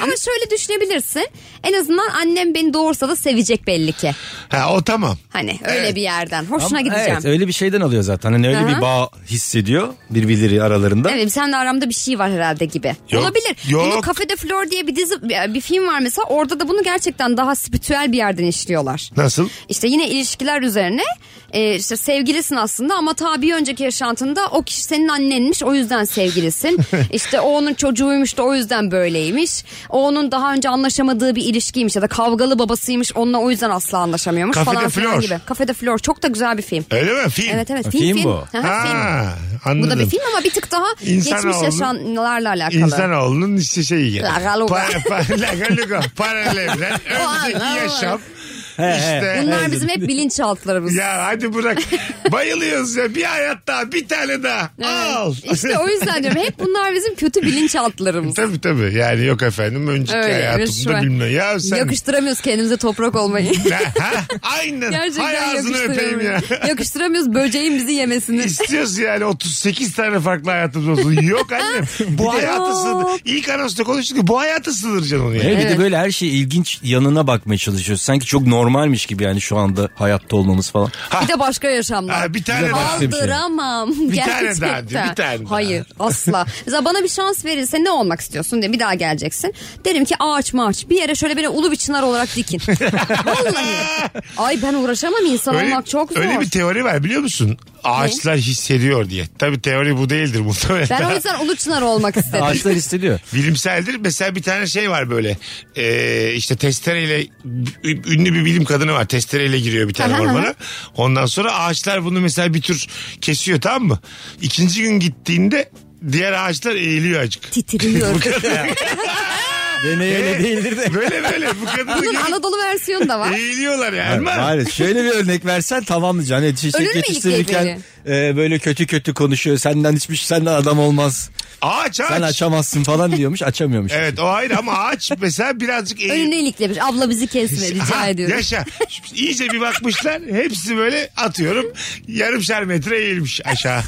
S5: Ama şöyle düşünebilirsin. En azından annem beni doğursa da sevecek belli ki.
S3: ha o tamam.
S5: Hani öyle
S3: Evet.
S5: bir yerden. Hoşuna
S4: Ama
S5: gideceğim.
S4: Evet
S5: Evet,
S4: öyle bir şeyden alıyor zaten. Hani öyle
S5: Aha.
S4: bir bağ hissediyor birbirleri aralarında.
S5: sen de aramda bir şey var herhalde gibi.
S3: Yok,
S5: Olabilir.
S3: yok.
S5: Bunu Kafede Flor diye bir dizi bir film var mesela. Orada da bunu gerçekten daha spiritüel bir yerden işliyorlar.
S3: Nasıl?
S5: İşte yine ilişkiler üzerine e, işte sevgilisin aslında ama ta bir önceki yaşantında o kişi senin annenmiş o yüzden sevgilisin.
S3: <laughs>
S5: işte o onun çocuğuymuş da o yüzden böyleymiş. O onun daha önce anlaşamadığı bir ilişkiymiş ya da kavgalı babasıymış onunla o yüzden asla anlaşamıyormuş
S3: Kafede
S5: falan filan
S3: Flor.
S5: gibi. Kafede Flor çok da güzel bir film.
S3: Öyle mi? Film.
S5: Evet evet
S4: Ha,
S5: film
S4: film
S5: film.
S4: bu.
S5: Hı hı, film.
S3: Ha, anladım.
S5: Bu da bir film ama bir tık daha
S3: İnsanoğlu-
S5: geçmiş yaşanlarla alakalı.
S3: İnsanoğlunun işte şeyi. yani.
S5: La galuga.
S3: Pa- pa-
S5: <laughs>
S3: la galuga. Paralel evren.
S5: Allah.
S3: Önceki yaşam.
S4: He,
S3: İşte.
S5: Bunlar bizim hep bilinçaltlarımız.
S3: Ya hadi bırak. Bayılıyoruz ya. Bir hayat daha. Bir tane daha.
S5: Evet.
S3: Al.
S5: İşte o yüzden diyorum hep bunlar bizim kötü bilinçaltlarımız.
S3: <laughs> Tabii tabii. Yani yok efendim. Önceki
S5: Öyle,
S3: hayatımda
S5: rüşvet.
S3: bilmem. Ya <laughs> sen.
S5: Yakıştıramıyoruz kendimize toprak
S3: <laughs>
S5: olmayı.
S3: Ha, aynen. Hay
S5: Gerçekten
S3: ağzını öpeyim ya.
S5: yakıştıramıyoruz. yakıştıramıyoruz böceğin bizi yemesini.
S3: İstiyoruz yani 38 tane farklı hayatımız olsun.
S5: <laughs>
S3: Yok annem. Bu hayatı sığdır. İlk anonsta konuştuk ki bu hayatı sığdıracaksın onu yani.
S4: Evet, bir de böyle her şey ilginç yanına bakmaya çalışıyoruz. Sanki çok normalmiş gibi yani şu anda hayatta olmamız falan.
S5: Bir de başka yaşamlar.
S3: Ha, bir tane daha.
S4: bir şey.
S5: Aldıramam
S3: Bir tane
S5: gerçekten.
S3: daha diyor, bir tane daha.
S5: Hayır asla. Mesela bana bir şans verirse ne olmak istiyorsun diye bir daha geleceksin. Derim ki ağaç mağaç bir yere şöyle beni ulu bir çınar olarak
S3: <laughs>
S5: dikin. Vallahi. Ay ben uğraşamam insan olmak çok zor.
S3: öyle bir teori var biliyor musun? Ağaçlar hissediyor diye. Tabii teori bu değildir muhtemelen.
S5: ben o yüzden ulu çınar olmak istedim. <laughs>
S4: Ağaçlar hissediyor.
S3: Bilimseldir. Mesela bir tane şey var böyle. Ee, işte testereyle ünlü bir bilim kadını var. Testereyle giriyor bir tane
S5: Aha,
S3: ormana.
S5: aha.
S3: Ondan sonra ağaçlar bunu mesela bir tür kesiyor tamam mı? İkinci gün gittiğinde diğer ağaçlar eğiliyor acık. <laughs>
S5: Titriyorum.
S4: Deney öyle değildir de.
S3: Böyle böyle bu kadını
S5: Bunun
S3: görüp
S5: Anadolu versiyonu da var.
S3: eğiliyorlar yani.
S4: Hayır,
S3: Ama
S4: hayır. şöyle bir örnek versen tamamlayacaksın. Yani çiçek
S5: Ölür mü
S4: yetiştirirken e, böyle kötü kötü konuşuyor. Senden hiçbir senden şey, adam olmaz.
S3: Ağaç ağaç.
S4: Sen açamazsın falan diyormuş açamıyormuş.
S3: Evet o ayrı ama ağaç mesela birazcık eğil-
S5: Önüne iliklemiş. Abla bizi kesme rica
S3: Ha,
S5: ediyorum.
S3: Yaşa. İyice bir bakmışlar. Hepsi böyle atıyorum. Yarımşar metre eğilmiş aşağı.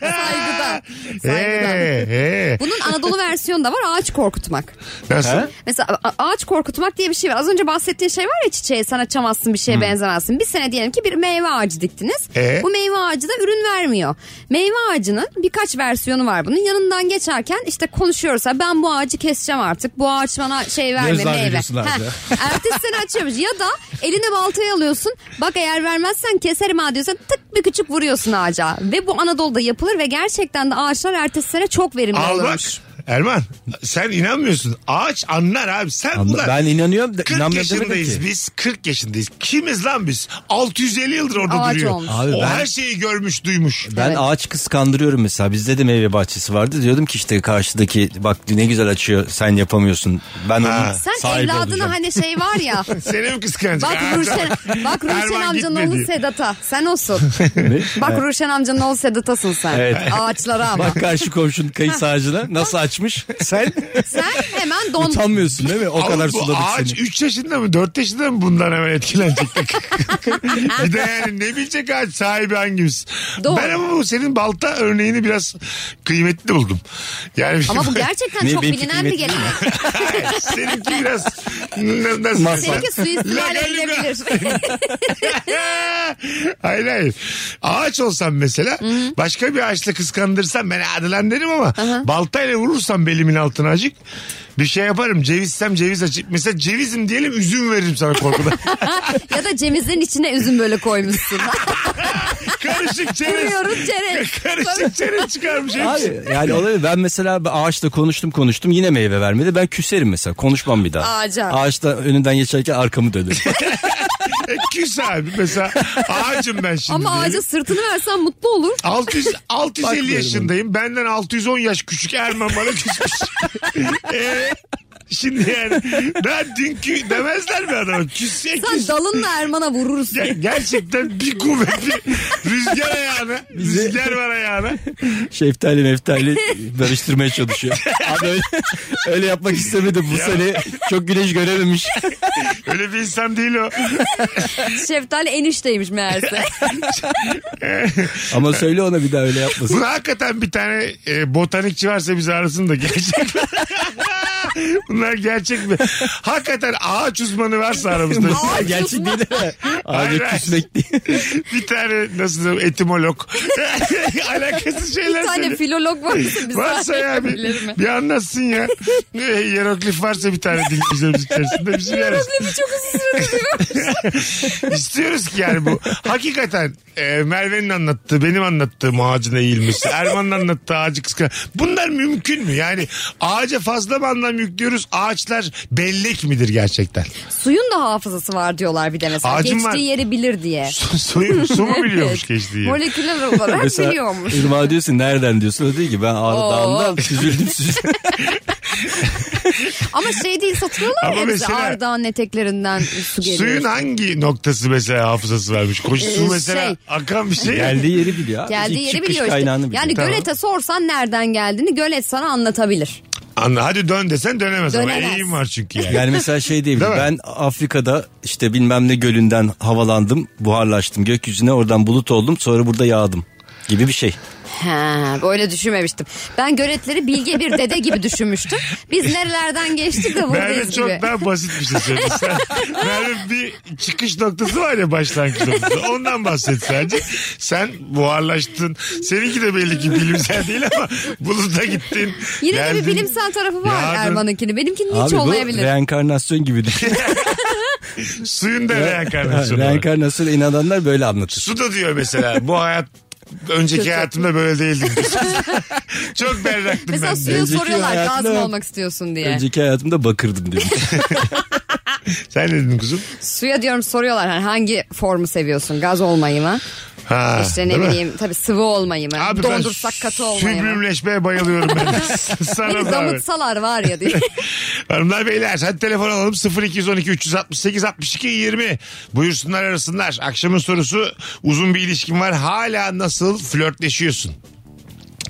S5: Saygıdan. <laughs> Saygıdan.
S3: Ee, ee.
S5: Bunun Anadolu versiyonu da var ağaç korkutmak.
S3: Nasıl?
S4: Ha?
S5: Mesela a- ağaç korkutmak diye bir şey var. Az önce bahsettiğin şey var ya çiçeğe sen açamazsın bir şeye benzemezsin. Bir sene diyelim ki bir meyve ağacı diktiniz.
S3: Ee?
S4: E?
S5: Bu meyve ağacı da ürün vermiyor. Meyve ağacının birkaç versiyonu var bunun. Yanından geçerken işte konuşuyoruz. Ha, Ben bu ağacı keseceğim artık. Bu ağaç bana şey verme
S4: Gözler
S5: meyve.
S4: veriyorsun ağaca.
S5: Heh. <laughs> Ertesi sene açıyormuş. Ya da eline baltayı alıyorsun. Bak eğer vermezsen keserim ha diyorsan tık bir küçük vuruyorsun ağaca. Ve bu Anadolu'da yapılır ve gerçekten de ağaçlar ertesi sene çok verimli
S3: Al bak.
S5: olurmuş.
S3: Erman sen inanmıyorsun. Ağaç anlar abi. Sen
S4: Anla-
S3: ulan
S4: Ben inanıyorum. da-
S3: 40
S4: inanmıyorum demedim
S3: yaşındayız
S4: ki.
S3: biz. 40 yaşındayız. Kimiz lan biz? 650 yıldır orada
S5: Ağaç
S3: duruyor.
S5: olmuş.
S4: Abi
S3: o
S4: ben-
S3: her şeyi görmüş duymuş.
S4: Ben
S5: Evet.
S4: ağaç kıskandırıyorum mesela. Bizde de meyve bahçesi vardı. Diyordum ki işte karşıdaki bak ne güzel açıyor sen yapamıyorsun. Ben
S3: Ha.
S4: onun
S5: Sen
S4: sahibi
S5: evladına
S4: olacağım.
S5: hani şey var ya.
S4: <laughs>
S3: Seni mi kıskanacak?
S5: Bak
S3: Ha,
S5: Ruşen,
S3: <laughs> tamam.
S5: bak Ruşen
S3: Erman
S5: amcanın
S3: gitmedi.
S5: oğlu Sedat'a. Sen olsun. bak Ruşen amcanın oğlu Sedat'asın sen.
S4: Evet.
S5: Ağaçlara ama.
S4: Bak karşı komşunun kayısı ağacına nasıl açmış. Sen
S5: Sen hemen don.
S4: utanmıyorsun değil mi? O
S3: Oğlum
S4: kadar
S3: bu
S4: suladık
S3: ağaç
S4: seni.
S3: 3 yaşında mı 4 yaşında mı bundan
S5: <laughs>
S3: hemen etkilenecektik? bir de yani ne bilecek ağaç sahibi hangimiz?
S5: Doğru.
S3: Ben ama bu senin balta örneğini biraz kıymetli buldum. Yani
S5: Ama
S3: <laughs>
S5: bu gerçekten
S4: Niye
S5: çok
S4: benimki
S5: bilinen bir
S4: kıymetli
S5: gelenek.
S3: Hayır, Seninki biraz n- nasıl?
S4: Masal.
S5: Seninki suistimal
S3: La galiba.
S5: edilebilir.
S3: <laughs> hayır hayır. Ağaç olsam mesela başka bir ağaçla kıskandırsam ben hadi lan derim ama baltayla vurursam belimin altına acık bir şey yaparım. Cevizsem ceviz açık. Mesela cevizim diyelim üzüm veririm sana korkudan. <laughs>
S5: ya da cemizin içine üzüm böyle koymuşsun.
S3: Karışık çerez.
S5: Kırıyoruz çerez.
S3: Karışık çerez çıkarmış hepsi.
S4: Abi yani olabilir. Ben mesela bir ağaçla konuştum konuştum yine meyve vermedi. Ben küserim mesela konuşmam bir daha.
S5: Ağaca.
S4: Ağaçta önünden geçerken arkamı dönerim.
S5: <laughs>
S3: E, Küs abi mesela ağacım ben şimdi.
S5: Ama
S3: diyelim.
S5: ağaca sırtını versen mutlu olur.
S3: 600, 650
S4: Bakmıyorum
S3: yaşındayım. Benden 610 yaş küçük Erman bana küsmüş. Ee, şimdi yani daha dünkü demezler mi adama? Küsse
S5: Sen
S3: küs.
S5: dalınla Erman'a vurursun.
S3: Ger- gerçekten bir kuvvetli rüzgar ayağına. Rüzgar var ayağına.
S4: Şeftali meftali
S5: <laughs>
S4: barıştırmaya çalışıyor. Abi öyle, öyle yapmak istemedim. Bu sene çok güneş görememiş.
S3: Öyle bir insan değil o.
S5: Şeftali enişteymiş
S3: <laughs>
S5: meğerse.
S4: Ama söyle ona bir daha öyle yapmasın.
S3: Bunu hakikaten bir tane e, botanikçi varsa bizi arasın da gerçek
S5: <laughs>
S3: mi? Bunlar gerçek mi? Hakikaten ağaç uzmanı varsa aramızda.
S4: Bunlar <laughs> gerçek değil mi?
S3: Hayır,
S4: Ağaca
S3: hayır.
S4: küsmek değil.
S3: bir tane nasıl diyeyim,
S5: <laughs>
S3: etimolog. Alakasız şeyler
S5: bir tane
S3: söylüyor.
S5: filolog var mısın? bize?
S3: Varsa ya bir,
S5: Bilir mi?
S3: bir anlatsın ya. Ne, Hieroglif varsa bir tane dinleyicilerimiz içerisinde şey bizim yeriz.
S5: Hieroglifi çok uzun süre
S3: İstiyoruz ki yani bu. Hakikaten e, Merve'nin anlattığı, benim anlattığım ağacın eğilmesi, Erman'ın anlattığı ağacı kıskan. Bunlar mümkün mü? Yani ağaca fazla mı anlam yüklüyoruz? Ağaçlar bellek midir gerçekten?
S5: Suyun da hafızası var diyorlar bir de mesela.
S3: Ağacın
S5: Geçtiği
S3: var.
S5: yeri bilir diye.
S3: Su, suyu- su mu biliyormuş
S5: <laughs> Evet.
S3: geçtiği? yeri?
S5: Moleküler
S3: <laughs>
S5: olarak
S4: Mesela
S5: biliyormuş.
S4: Irmağa diyorsun nereden diyorsun. O diyor ki ben ağrı
S5: Oo.
S4: dağında
S5: <laughs>
S4: süzüldüm süzüldüm.
S5: Ama şey değil satılıyorlar
S3: Ama
S5: ya hepsi
S3: mesela-
S5: Ardahan eteklerinden su geliyor.
S3: Suyun hangi noktası mesela hafızası vermiş? Koş su
S5: Ee,
S3: mesela
S5: şey.
S3: akan bir şey.
S4: Geldiği yeri biliyor. abi.
S5: Geldiği
S4: Çık-
S5: yeri
S4: çıkış
S5: biliyor işte.
S4: kaynağını biliyor.
S5: Yani
S4: Tamam.
S5: gölete sorsan nereden geldiğini gölet sana anlatabilir.
S3: Anla, hadi dön desen dönemez, ama
S5: Dönemez.
S3: eğim var çünkü yani.
S4: Yani mesela şey
S3: Değil
S4: diyebilirim.
S3: mi?
S4: Ben Afrika'da işte bilmem ne gölünden havalandım, buharlaştım gökyüzüne, oradan bulut oldum, sonra burada yağdım gibi bir şey.
S5: Ha, böyle düşünmemiştim. Ben göletleri bilge bir dede gibi düşünmüştüm. Biz nerelerden geçtik de
S3: Merve
S5: buradayız
S3: çok
S5: gibi.
S3: daha basit bir
S5: <laughs>
S3: şey söyledi. Sen- Merve bir çıkış noktası var ya başlangıç noktası. Ondan bahset sadece. Sen buharlaştın. Seninki de belli ki bilimsel değil ama buluta gittin.
S5: Yine de
S3: geldin.
S5: bir bilimsel tarafı var
S3: Yağdın.
S5: Erman'ınkini. Benimkinin hiç
S4: Abi bu
S5: olmayabilir.
S4: reenkarnasyon gibi düşün.
S3: Suyun da reenkarnasyonu. var.
S4: reenkarnasyona inananlar böyle anlatır.
S3: Su da diyor mesela bu hayat önceki hayatımda böyle
S5: <laughs>
S3: değildim. çok berraktım
S5: Mesela
S3: ben. diyor.
S5: suya
S4: Önceki
S5: soruyorlar
S4: hayatına-
S5: gazım olmak istiyorsun diye.
S4: Önceki hayatımda
S5: <laughs>
S4: bakırdım diyor.
S3: Sen ne dedin kuzum?
S5: Suya diyorum soruyorlar hani hangi formu seviyorsun? Gaz olmayı mı?
S3: Ha,
S5: İşte ne
S3: değil mi?
S5: bileyim tabii sıvı olmayı mı?
S3: Abi ben
S5: Dondursak katı olmayı mı?
S3: Sübrümleşmeye bayılıyorum ben.
S5: <laughs> Beni
S3: Sana zahmet.
S5: damıtsalar var ya
S3: <laughs>
S5: diye.
S3: Hanımlar beyler hadi telefon alalım 0212 368 62 20 buyursunlar arasınlar. Akşamın sorusu uzun bir ilişkin var hala nasıl flörtleşiyorsun?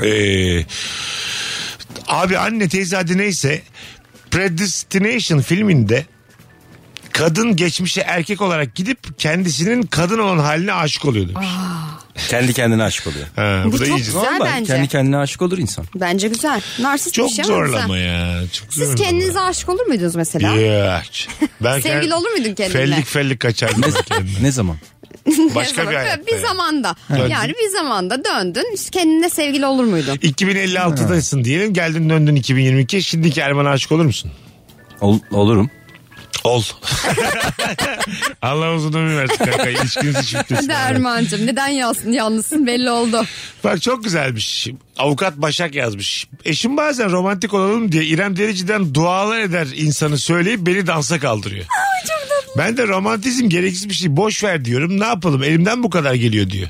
S3: Ee, abi anne teyze adı neyse Predestination filminde kadın geçmişe erkek olarak gidip kendisinin kadın olan haline aşık oluyor demiş.
S4: Kendi kendine aşık oluyor.
S3: Ha, bu,
S5: Bu
S3: da
S5: çok
S3: iyice.
S5: güzel.
S4: Normal,
S5: bence.
S4: Kendi kendine aşık olur insan.
S5: Bence güzel. Narsist
S3: Çok
S5: bir şey ama
S3: zorlama
S5: güzel.
S3: ya. Çok
S5: Siz
S3: zorlama.
S5: kendinize aşık olur muydunuz mesela?
S3: Yok.
S5: <laughs>
S3: Ben
S5: Sevgili
S3: kend-
S5: olur muydun kendinle?
S3: Fellik fellik kaçardım ben kendimden.
S4: Ne zaman?
S5: <laughs>
S3: Başka bir hayatta
S5: bir
S3: yani.
S5: zamanda.
S3: Döndün.
S5: Yani bir zamanda döndün. Kendine sevgili olur muydun?
S3: 2056'dasın diyelim. Geldin döndün 2022. Şimdiki Erman'a aşık olur musun?
S4: Ol- olurum.
S3: Ol. <laughs> Allah uzun ömür versin kanka. İlişkinizi çiftlesin.
S5: Hadi Erman'cığım neden yazsın yalnızsın belli
S3: <laughs>
S5: oldu.
S3: Bak çok güzelmiş. Avukat Başak yazmış. Eşim bazen romantik olalım diye İrem Derici'den dualar eder insanı söyleyip beni dansa <laughs> kaldırıyor. Ben de romantizm gereksiz bir şey boş ver diyorum. Ne yapalım elimden bu kadar geliyor diyor.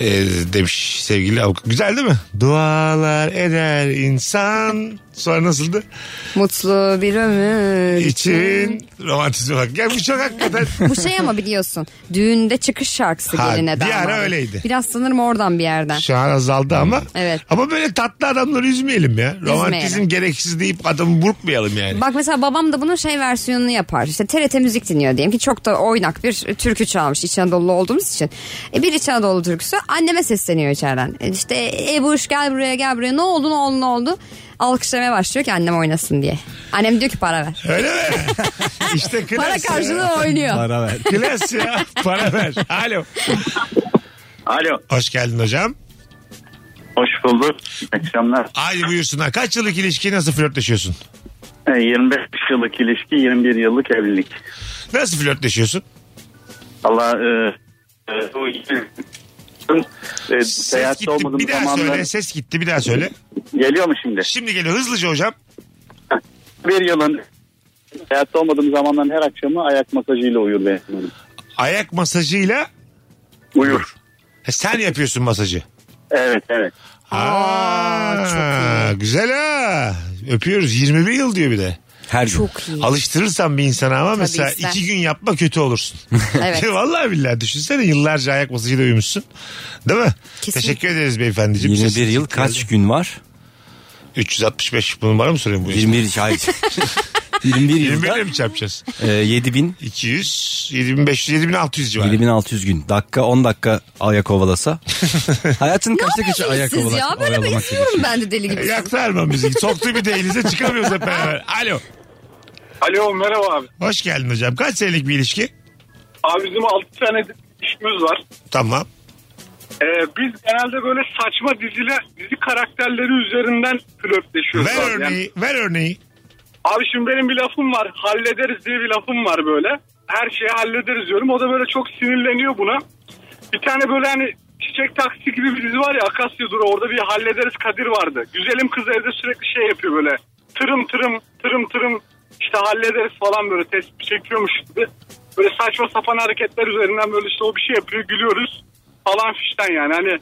S3: Ee, demiş sevgili avukat. Güzel değil mi? Dualar eder insan. Sonra nasıldı?
S5: Mutlu bir ömür
S3: İçin romantizm bak. Ya bu çok <laughs> hakikaten.
S5: Bu şey ama biliyorsun düğünde çıkış şarkısı
S3: Ha,
S5: geline
S3: bir ara
S5: damadı.
S3: öyleydi.
S5: Biraz sanırım oradan bir yerden.
S3: Şu an azaldı ama.
S5: Evet.
S3: Ama böyle tatlı adamları üzmeyelim ya. Romantizm gereksiz deyip adamı burkmayalım yani.
S5: Bak mesela babam da bunun şey versiyonunu yapar. İşte TRT müzik dinliyor diyelim ki çok da oynak bir türkü çalmış İç Anadolu olduğumuz için. E bir İç Anadolu türküsü anneme sesleniyor içeriden. E işte Ebuş gel buraya gel buraya ne oldu ne oldu ne oldu. Alkışlamaya başlıyor ki annem oynasın diye. Annem diyor ki para ver.
S3: Öyle mi? <laughs> işte klas.
S5: Para
S3: ya.
S5: karşılığı oynuyor.
S4: Para ver.
S3: Klas ya. Para ver. Alo.
S2: Alo.
S3: Hoş geldin hocam.
S2: Hoş bulduk. Akşamlar.
S3: Haydi buyursunlar. Kaç yıllık ilişki nasıl flörtleşiyorsun?
S2: 25 E, yıllık ilişki 21 yıllık evlilik.
S3: Nasıl flörtleşiyorsun?
S2: Allah e, e, bu e,
S3: Ses
S2: seyahatte
S3: gitti.
S2: olmadığım
S3: Bir daha söyle.
S2: zamanlar
S3: Ses gitti. Bir daha söyle.
S2: geliyor mu şimdi?
S3: Şimdi geliyor. Hızlıca hocam.
S2: Bir yılın seyahatte olmadığım zamanların her akşamı ayak masajıyla uyur be.
S3: Ayak masajıyla
S2: Uyur.
S3: Ha, sen yapıyorsun masajı.
S2: Evet evet.
S3: Aa, Güzel ha. Öpüyoruz. 21 yıl diyor bir de.
S4: Her gün.
S5: Çok
S3: <laughs>
S5: iyi.
S3: Alıştırırsan bir insana ama mesela
S5: ister.
S3: iki gün yapma kötü olursun.
S4: <laughs>
S5: Evet.
S3: <laughs> Vallahi billahi düşünsene yıllarca ayak masajıyla uyumuşsun. Değil mi?
S5: Kesinlikle.
S3: Teşekkür ederiz beyefendiciğim.
S4: 21
S3: Ses-
S4: yıl kaç gün var?
S3: 365 bunu bana mı soruyorsun bu insan?
S4: 21
S5: <laughs>
S4: şahit. 21 yılda
S3: 21 mi çarpacağız?
S4: e, 7000
S3: 200, 7500, 7600 civarı.
S4: 7600 gün. Dakika 10 dakika
S3: <laughs>
S4: ayak ovalasa. Hayatın kaçta kaçı ayak
S5: Siz
S4: ovalasa?
S5: ya böyle bir
S4: oyalamak
S5: izliyorum ben de deli gibi.
S3: Yaktı Erman E, bizi. Soktu bir de elinize çıkamıyoruz hep beraber. Alo.
S2: Alo merhaba abi.
S3: Hoş geldin hocam. Kaç senelik bir ilişki?
S2: Abi bizim 6 tane işimiz var.
S3: Tamam.
S7: E,
S2: Ee, biz genelde böyle saçma diziler, dizi karakterleri üzerinden flörtleşiyoruz.
S3: Ver
S2: abi. Yani
S3: örneği. Ver örneği.
S2: Abi şimdi benim bir lafım var. Hallederiz diye bir lafım var böyle. Her şeyi hallederiz diyorum. O da böyle çok sinirleniyor buna. Bir tane böyle hani Çiçek Taksi gibi bir dizi var ya Akasya Duru orada bir hallederiz Kadir vardı. Güzelim kız evde sürekli şey yapıyor böyle. Tırım tırım tırım tırım işte hallederiz falan böyle tespih çekiyormuş gibi. Böyle saçma sapan hareketler üzerinden böyle işte o bir şey yapıyor gülüyoruz falan fişten yani hani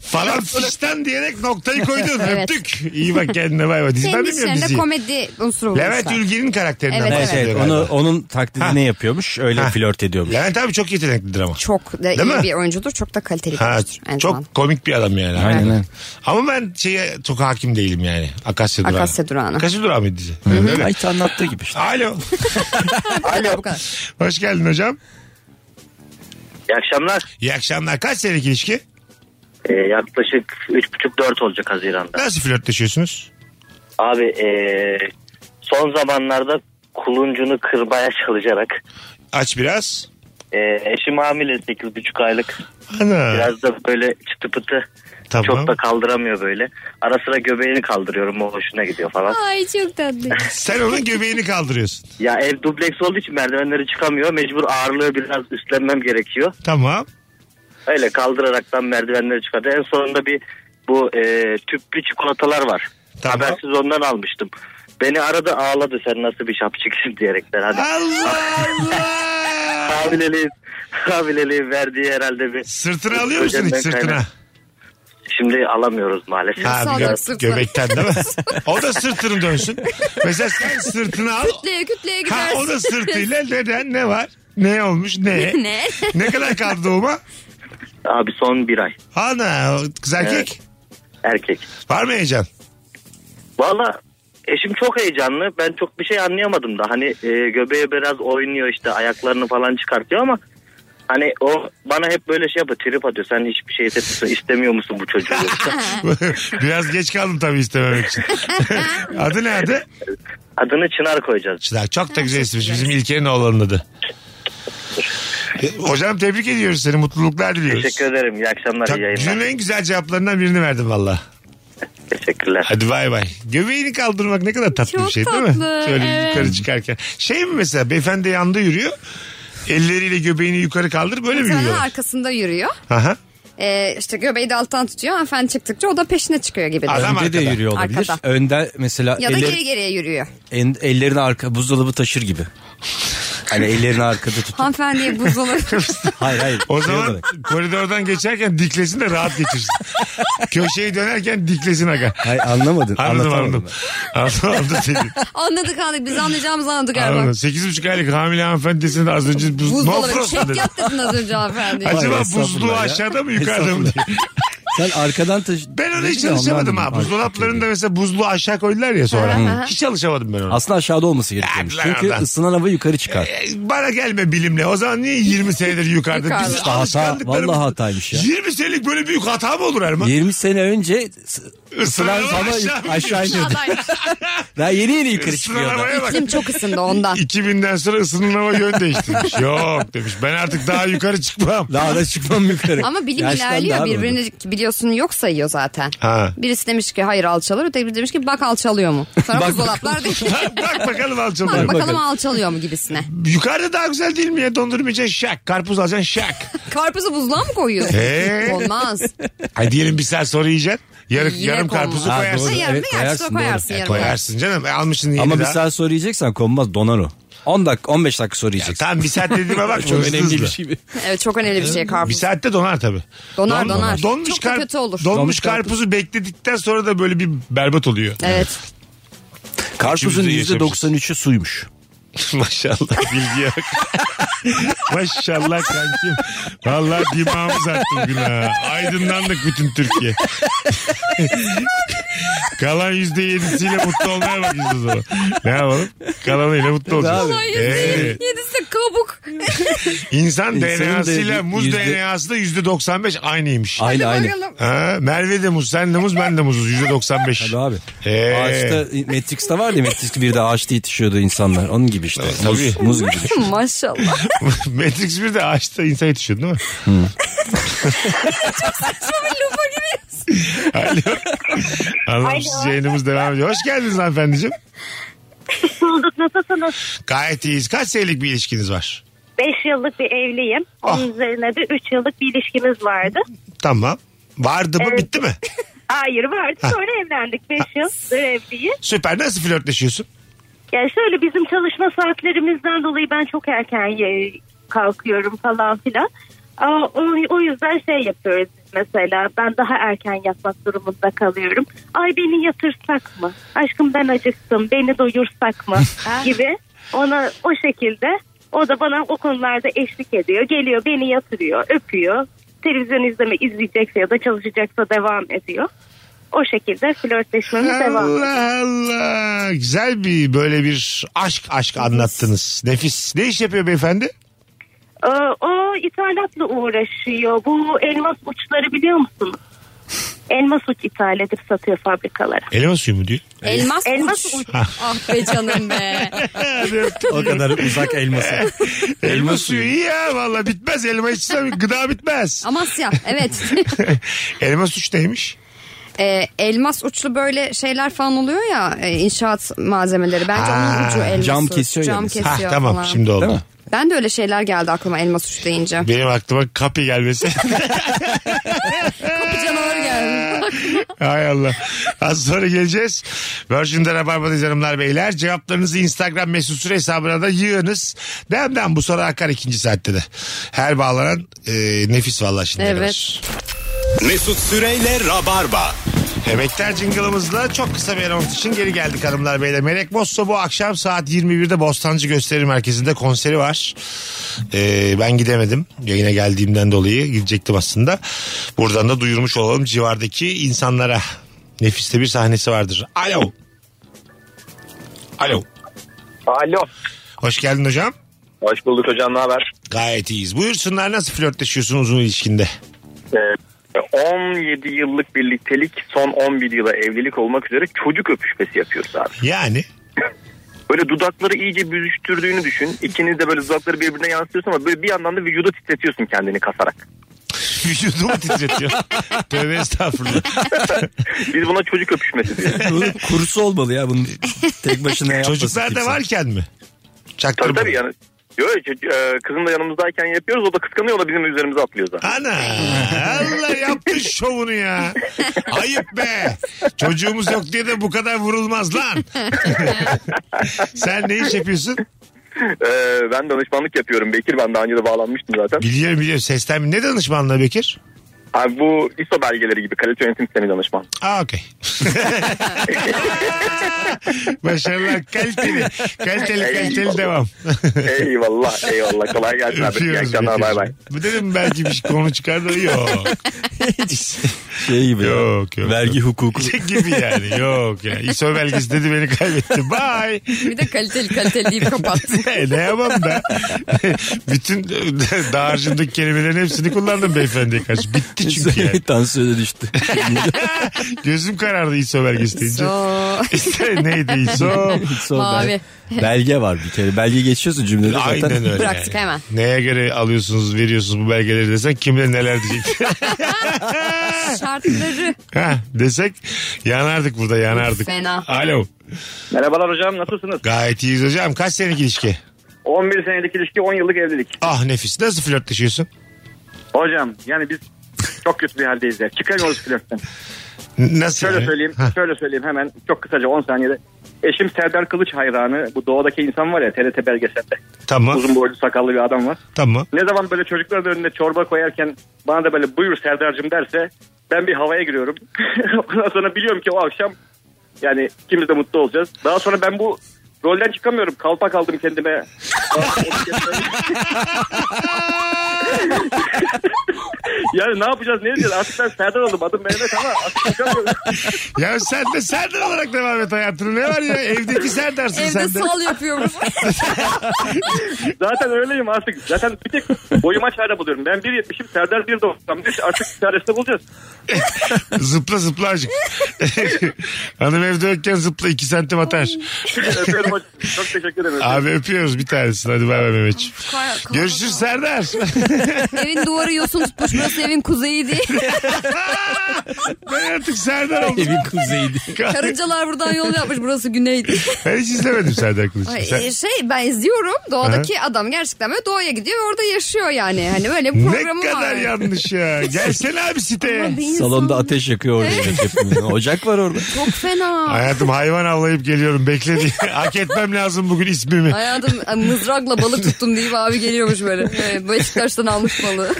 S3: Falan fişten diyerek noktayı koydun.
S5: Evet.
S3: Öptük. İyi bak kendine bay bay. Diziden
S5: Kendi
S3: bilmiyorum
S5: işlerinde
S3: diziyi.
S5: komedi unsuru bulmuşlar.
S3: Levent Ülgen'in karakterinden
S5: Evet,
S4: Evet,
S3: bahsediyor
S4: evet.
S3: galiba.
S4: Onu, onun taklidini yapıyormuş. Öyle
S3: Ha.
S4: flört ediyormuş.
S3: Levent abi çok yeteneklidir ama.
S5: Çok da
S3: Değil
S5: iyi
S3: mi?
S5: bir oyuncudur. Çok da kaliteli bir
S3: Ha,
S5: oyuncudur. aynı
S3: çok
S5: zamanda.
S3: komik bir adam yani.
S4: Aynen, aynen.
S3: Ama ben şeye çok hakim değilim yani. Akasya Durağı.
S5: Akasya Durağı'na.
S3: Akasya Durağı mıydı dizi?
S4: Öyle. Ayta anlattığı gibi işte.
S3: Alo.
S5: Bu kadar, bu kadar.
S3: Hoş geldin hocam.
S9: İyi akşamlar.
S3: İyi akşamlar. Kaç senelik ilişki?
S9: Ee, yaklaşık 3,5-4 olacak Haziran'da.
S3: Nasıl flörtleşiyorsunuz?
S9: Abi ee, son zamanlarda kuluncunu kırmaya çalışarak
S3: Aç biraz.
S9: ee, eşim hamile 8,5 aylık.
S3: Ana.
S9: Biraz da böyle çıtı pıtı
S3: Tamam.
S9: çok da kaldıramıyor böyle. Ara sıra göbeğini kaldırıyorum o hoşuna gidiyor falan.
S5: Ay çok
S3: <laughs>
S5: tatlı.
S3: Sen onun göbeğini kaldırıyorsun.
S9: Ya ev dubleks olduğu için merdivenleri çıkamıyor. Mecbur ağırlığı biraz üstlenmem gerekiyor.
S3: Tamam.
S9: Öyle kaldıraraktan merdivenleri çıkardı. En sonunda bir bu ee, tüplü çikolatalar var.
S3: Tamam.
S9: Habersiz ondan almıştım. Beni arada ağladı sen nasıl bir şapçıksın diyerekten. Hani
S3: Allah Allah.
S9: <laughs> Kabileliğin, kabileliğin verdiği herhalde bir...
S3: Sırtına alıyor musun hiç
S9: Öcenden
S3: sırtına?
S9: kaynak- Şimdi alamıyoruz maalesef.
S3: Ha, bir
S5: Sağ
S3: gö-
S5: ol, sırtına.
S3: göbekten değil mi? O da sırtını dönsün. Mesela sen sırtını al.
S5: kütleye kütleye
S3: Ha,
S5: gidersin.
S3: o da sırtıyla neden ne var? Ne olmuş <laughs> ne?
S5: <laughs> Ne?
S3: ne kadar kaldı doğuma?
S9: Abi son bir ay.
S3: Ana kız erkek.
S10: erkek.
S3: Var mı heyecan?
S10: Valla eşim çok heyecanlı. Ben çok bir şey anlayamadım da. Hani e, göbeği biraz oynuyor işte ayaklarını falan çıkartıyor ama hani o bana hep böyle şey yapıyor trip atıyor. Sen hiçbir şey hissetmiyorsun istemiyor musun bu <laughs> çocuğu?
S3: <laughs> Biraz geç kaldım tabii istememek <laughs> için. adı ne adı?
S10: Adını Çınar koyacağız.
S3: Çınar. Çok da güzel ismiş. Bizim İlker'in oğlanın adı. E, Hocam tebrik ediyoruz seni. Mutluluklar diliyoruz.
S10: Teşekkür ederim. İyi akşamlar. iyi
S3: Çok, günün
S10: yayınlar.
S3: en güzel cevaplarından birini verdin valla.
S10: Teşekkürler.
S3: Hadi bay bay. Göbeğini kaldırmak ne kadar tatlı
S5: Çok
S3: bir şey değil mi?
S5: tatlı,
S3: Şöyle
S5: evet.
S3: yukarı çıkarken. Şey mi mesela beyefendi yanda yürüyor. Elleriyle göbeğini yukarı kaldır böyle mi
S5: Mesela
S3: yürüyorlar?
S5: arkasında yürüyor.
S3: Aha.
S5: Ee, işte göbeği de alttan tutuyor. Hanımefendi çıktıkça o da peşine çıkıyor gibi. duruyor.
S3: Adam
S4: Önde
S3: arkada.
S4: de yürüyor olabilir.
S5: Arkada.
S4: Önde mesela
S5: Ya da
S4: eller-
S5: geri geriye yürüyor.
S4: en- ellerini arka buzdolabı taşır gibi. Hani ellerini arkada tutup.
S5: Hanımefendiye
S3: <laughs>
S5: buzdolabı. <laughs>
S4: hayır hayır.
S3: O
S4: Şey
S3: zaman
S4: olarak.
S3: koridordan geçerken diklesin de rahat geçirsin.
S5: <laughs>
S3: Köşeyi dönerken diklesin aga.
S4: Hayır anlamadın.
S3: Anladım
S4: anlatamadım
S3: anladım. Anladım
S5: <laughs>
S3: anladım seni.
S5: anladık anladık. Biz anlayacağımızı anladık galiba.
S3: Anladım. Sekiz buçuk aylık hamile hanımefendisinin az önce buz,
S5: Buzdolabı.
S3: Nofros dedi.
S5: Çekyat dedin az önce hanımefendi.
S4: Ay,
S3: Acaba
S4: estağfurullah
S3: buzluğu
S4: ya.
S3: aşağıda mı yukarıda mı diye.
S4: ben. Sen arkadan taş.
S3: Ben ona
S4: Dedin
S3: hiç
S4: ya, ondan
S3: çalışamadım ha.
S4: anladım.
S3: Buzdolaplarında mesela buzluğu aşağı koydular ya sonra. hiç çalışamadım ben ona.
S4: Aslında aşağıda olması gerekiyormuş.
S3: Hadi lan
S4: Çünkü
S3: oradan.
S4: ısınan hava yukarı çıkar.
S3: E, Bana gelme bilimle. O zaman niye
S4: <laughs>
S3: 20 senedir yukarıda?
S5: Yukarıda.
S3: Biz
S5: İşte
S4: hata,
S3: alışkanlıklarımız-
S4: vallahi hataymış ya.
S3: 20 senelik böyle büyük hata mı olur Erman?
S4: 20 sene önce s-
S3: Isınan
S4: ısınan hava
S3: aşağı-
S4: aşağı iniyordu.
S5: <laughs> Adaymış.
S4: Daha yeni yeni yukarı
S3: Isınan
S4: çıkıyordu.
S3: havaya bak.
S5: İklim çok ısındı ondan.
S3: 2000'den sonra ısının hava yön değiştirmiş. Yok demiş. Ben artık daha yukarı
S4: <laughs>
S3: çıkmam.
S4: Daha da çıkmam yukarı.
S5: Ama bilim
S4: Yaştan
S5: ilerliyor
S4: daha böyle.
S5: birbirini biliyorsun yok sayıyor zaten.
S3: Ha.
S5: Birisi demiş ki hayır alçalır öteki biri demiş ki bak alçalıyor mu? Sonra
S4: Bak <laughs>
S5: buzdolaplar değil.
S3: bak, bak bakalım alçalıyor.
S5: Bak
S3: mu?
S5: bakalım alçalıyor mu gibisine.
S3: Yukarıda daha güzel değil mi ya? Dondurmayacaksın şak. Karpuz alacaksın şak.
S5: Karpuzu buzluğa mı koyuyorsun?
S3: Ee?
S5: Olmaz.
S3: Ay diyelim bir saat sonra yiyeceksin. Yarı,
S5: Yine
S3: yarım
S5: konmaz.
S3: karpuzu
S5: Ha,
S3: koyarsın.
S5: Ha,
S4: doğru.
S5: yarım
S4: Evet,
S5: evet, koyarsın,
S4: koyarsın, doğru.
S5: koyarsın
S4: E,
S5: yarım.
S3: Koyarsın canım. E, almışsın yeni
S4: Ama bir
S3: daha.
S4: saat sonra yiyeceksen konmaz donar o. 10 dakika 15 dakika sonra yiyeceksin.
S3: E, Tamam bir saat dediğime bak.
S4: Çok önemli bir şey.
S5: Evet çok önemli bir şey
S3: Bir
S5: karpuz.
S3: saatte donar tabii.
S5: Donar, donar.
S3: Donmuş
S5: Çok da
S3: kar-
S5: kötü olur.
S3: Donmuş,
S4: Donmuş
S3: karpuzu
S4: karpuz.
S3: bekledikten sonra da böyle bir berbat oluyor.
S5: Evet.
S4: Karpuzun
S3: İçimizde
S4: %93'ü suymuş.
S3: <laughs> Maşallah bilgiye
S5: <laughs>
S3: bak. Maşallah kankim. Vallahi dimağımız attı bugün ha. Aydınlandık bütün Türkiye. <laughs> Kalan yüzde yedisiyle mutlu olmaya bakacağız o zaman. Ne yapalım? Kalanıyla mutlu olacağız.
S4: abi?
S3: Ee,
S5: Yedisi kabuk.
S3: insan
S4: İnsanın
S3: DNA'sıyla
S4: de-
S3: muz
S4: yüzde-
S3: DNA'sı da yüzde 95 aynıymış.
S4: Aynı aynı.
S5: Bakalım.
S3: Ha, Merve de muz, sen de muz, ben de muzuz. Yüzde 95.
S4: Tabii abi.
S3: Ee.
S4: Ağaçta Matrix'te var ya Matrix bir de ağaçta yetişiyordu insanlar. Onun gibi işte. Muz, muz gibi. düşün.
S5: Maşallah.
S3: <laughs> Matrix 1 de ağaçta insan yetişiyor değil mi? Alo. Anladım siz yayınımız devam ediyor. Hoş geldiniz hanımefendiciğim.
S11: bulduk. Nasılsınız?
S3: Gayet iyiyiz. Kaç senelik bir ilişkiniz var?
S11: 5 yıllık bir evliyim.
S3: Ah.
S11: Onun üzerine de 3 yıllık bir ilişkimiz vardı.
S3: Tamam. Vardı mı bitti mi?
S11: Hayır vardı. Sonra evlendik. 5
S3: Ah.
S11: yıldır evliyiz.
S3: Süper. Nasıl flörtleşiyorsun?
S11: Yani şöyle bizim çalışma saatlerimizden dolayı ben çok erken ye- kalkıyorum falan filan. Ama o, o yüzden şey yapıyoruz biz mesela. Ben daha erken yatmak durumunda kalıyorum. Ay beni yatırsak mı? Aşkım ben acıktım. Beni doyursak mı? gibi. Ona o şekilde o da bana o konularda eşlik ediyor. Geliyor beni yatırıyor, öpüyor. Televizyon izleme izleyecekse ya da çalışacaksa devam ediyor. O şekilde flörtleşmemiz devam ediyor.
S3: Allah Allah. Güzel bir böyle bir aşk aşk anlattınız. Nefis. Ne iş yapıyor beyefendi?
S11: Ee, O ithalatla uğraşıyor. Bu elmas uçları biliyor musunuz? Elmas uç ithal edip satıyor fabrikalara.
S3: Elma suyu mu diyor?
S5: Elmas,
S11: Elmas
S5: uç.
S11: uç.
S5: Ah be canım be.
S4: O kadar uzak elması.
S3: <laughs> elma suyu iyi ya valla bitmez elma içsem gıda bitmez.
S5: Amasya
S3: <laughs>
S5: evet.
S3: elma suç neymiş?
S5: Ee, elmas uçlu böyle şeyler falan oluyor ya e, inşaat malzemeleri. Bence
S3: Ha,
S5: onun ucu elmas
S4: cam
S5: uç.
S4: kesiyor ya
S5: Cam
S4: mesela.
S3: Ha,
S5: kesiyor
S3: Ah, tamam
S5: falan.
S3: şimdi oldu.
S4: Değil mi?
S5: Ben de öyle şeyler geldi aklıma elmas uç deyince.
S3: Benim aklıma kapı <laughs> gelmesi.
S5: Kapı canavarı geldi.
S3: Hay Allah. Az sonra geleceğiz. Virgin'de Rabarba'dayız hanımlar beyler. Cevaplarınızı Instagram mesut süre hesabına da yığınız. Demden bu soru akar ikinci saatte de. Her bağlanan e, nefis vallahi şimdi.
S5: Evet.
S3: kadar.
S2: Mesut Süreyle Rabarba.
S3: Emekler jingle'ımızla çok kısa bir anons için geri geldik hanımlar beyler. Melek Mosso bu akşam saat 21'de Bostancı Gösteri Merkezi'nde konseri var. Ee, ben gidemedim. Yayına geldiğimden dolayı gidecektim aslında. Buradan da duyurmuş olalım civardaki insanlara. Nefiste bir sahnesi vardır. Alo. Alo.
S10: Alo.
S3: Hoş geldin hocam.
S10: Hoş bulduk hocam ne haber?
S3: Gayet iyiyiz. Buyursunlar nasıl flörtleşiyorsun uzun ilişkinde?
S10: 17 yıllık birliktelik son 11 yıla evlilik olmak üzere çocuk öpüşmesi yapıyoruz abi.
S3: Yani <laughs>
S10: Böyle dudakları iyice büzüştürdüğünü düşün. İkiniz de böyle dudakları birbirine yansıtıyorsun ama böyle bir yandan da vücuda titretiyorsun kendini kasarak.
S3: vücudumu
S10: <laughs>
S3: titretiyor. Tövbe estağfurullah.
S10: Biz buna çocuk öpüşmesi diyoruz.
S3: <laughs>
S4: Bunun kursu olmalı ya bunun tek başına yapmasın.
S3: Çocuklar da
S4: kimse.
S3: varken mi?
S10: Tabii
S3: Çaktırma.
S10: tabii yani. Yo, e, kızın da yanımızdayken yapıyoruz o da kıskanıyor o da bizim üzerimize atlıyor
S3: <laughs>
S10: zaten.
S3: Ana Allah yaptı şovunu ya. Ayıp be. Çocuğumuz yok diye de bu kadar vurulmaz
S10: <laughs>
S3: lan. Sen ne iş yapıyorsun?
S10: E, ben danışmanlık yapıyorum Bekir ben daha önce de bağlanmıştım zaten.
S3: Biliyorum biliyorum sesten ne danışmanlığı Bekir?
S10: Abi bu ISO belgeleri gibi kalite yönetim sistemi danışman.
S3: Aa okey. <laughs> Başarılar kaliteli. Kaliteli kaliteli devam.
S10: Ah, eyvallah eyvallah kolay gelsin abi. İyi
S3: Öpüyoruz
S10: akşamlar bay bay.
S3: Bekir'cim. Bu dedim belki bir konu çıkardı. Yok.
S4: Şey gibi. ya,
S3: Yok, yok,
S4: Vergi hukuku.
S3: gibi yani. Yok ya. İSO belgesi dedi beni kaybetti. Bye.
S5: Bir de kaliteli kaliteli deyip kapattı.
S3: E, ne yapalım da. <laughs> Bütün dağarcımdaki kelimelerin hepsini kullandım beyefendiye karşı. Bitti çünkü yani.
S5: <laughs>
S4: Tansiyona düştü.
S3: Gözüm karardı ISO belgesi deyince.
S5: So,
S3: İşte neydi ISO?
S4: Sol
S5: Mavi.
S4: bel- belge var bir kere. Belge geçiyorsun cümlede zaten.
S3: Aynen öyle.
S5: Bıraktık
S3: yani.
S5: hemen.
S3: Neye göre alıyorsunuz, veriyorsunuz bu belgeleri desen kimle neler
S5: <laughs>
S3: diyecek.
S5: şartları.
S3: ha, desek yanardık burada yanardık.
S5: Fena.
S3: Alo.
S10: <laughs> Merhabalar hocam nasılsınız?
S3: Gayet iyiyiz hocam. Kaç senelik ilişki?
S10: 11 senelik ilişki 10 yıllık evlilik.
S3: Ah nefis. Nasıl flörtleşiyorsun?
S10: Hocam yani biz çok kötü bir haldeyiz ya. Çıkamıyoruz <laughs> flörtten.
S3: N- Nasıl?
S10: Şöyle
S3: yani?
S10: söyleyeyim,
S3: Ha,
S10: şöyle söyleyeyim hemen çok kısaca 10 saniyede. Eşim Serdar Kılıç hayranı. Bu doğadaki insan var ya TRT belgeselde.
S3: tamam.
S10: Uzun boylu sakallı bir adam var.
S3: Tamam.
S10: Ne zaman böyle çocukların önüne çorba koyarken bana da böyle buyur Serdar'cığım derse ben bir havaya giriyorum. <laughs> Ondan sonra biliyorum ki o akşam yani ikimiz de mutlu olacağız. Daha sonra ben bu rolden çıkamıyorum. Kalpak aldım kendime. yani ne yapacağız ne edeceğiz? Artık ben Serdar oldum. Adım Mehmet ama artık çıkamıyorum.
S3: Ya sen de Serdar olarak devam et hayatını. Ne var ya? Evdeki Serdar'sın
S5: Evde
S3: <laughs> sen de.
S5: sal
S3: <laughs>
S5: yapıyoruz.
S10: Zaten öyleyim artık. Zaten bir tek boyuma çare buluyorum. Ben 1.70'im Serdar 1.95. Artık çaresini bulacağız.
S3: Zıpla zıpla azıcık. <laughs> Hanım evde yokken zıpla 2 santim atar.
S10: Öpüyorum hocam. Çok teşekkür ederim.
S3: Abi öpüyoruz bir tanesini. Hadi bay bay Mehmetciğim. <laughs> Görüşürüz Serdar. <laughs>
S5: evin duvarı yosun tutmuş. Burası evin
S3: <laughs>
S5: kuzeyiydi.
S3: ben artık Serdar oldum.
S4: Evin kuzeydi.
S5: Karıncalar buradan yol yapmış. Burası güneydi.
S3: Ben hiç izlemedim Serdar
S5: Ay,
S3: Kılıç'ı. Sen-
S5: e, Şey ben izliyorum. Doğadaki adam gerçekten böyle doğaya gidiyor ve orada yaşıyor yani. Hani böyle bir
S3: Ne
S5: programı var.
S3: kadar yanlış ya. Gelsene abi siteye.
S5: Bir insan-
S4: Salonda ateş yakıyor orada.
S5: <laughs>
S4: hepimiz. Ocak var orada.
S5: Çok fena.
S3: Hayatım hayvan avlayıp geliyorum bekle diye. <laughs> Hak etmem lazım bugün ismimi.
S5: Hayatım e, mızrakla balık tuttum deyip abi geliyormuş böyle. E, Beşiktaş'tan almış balığı.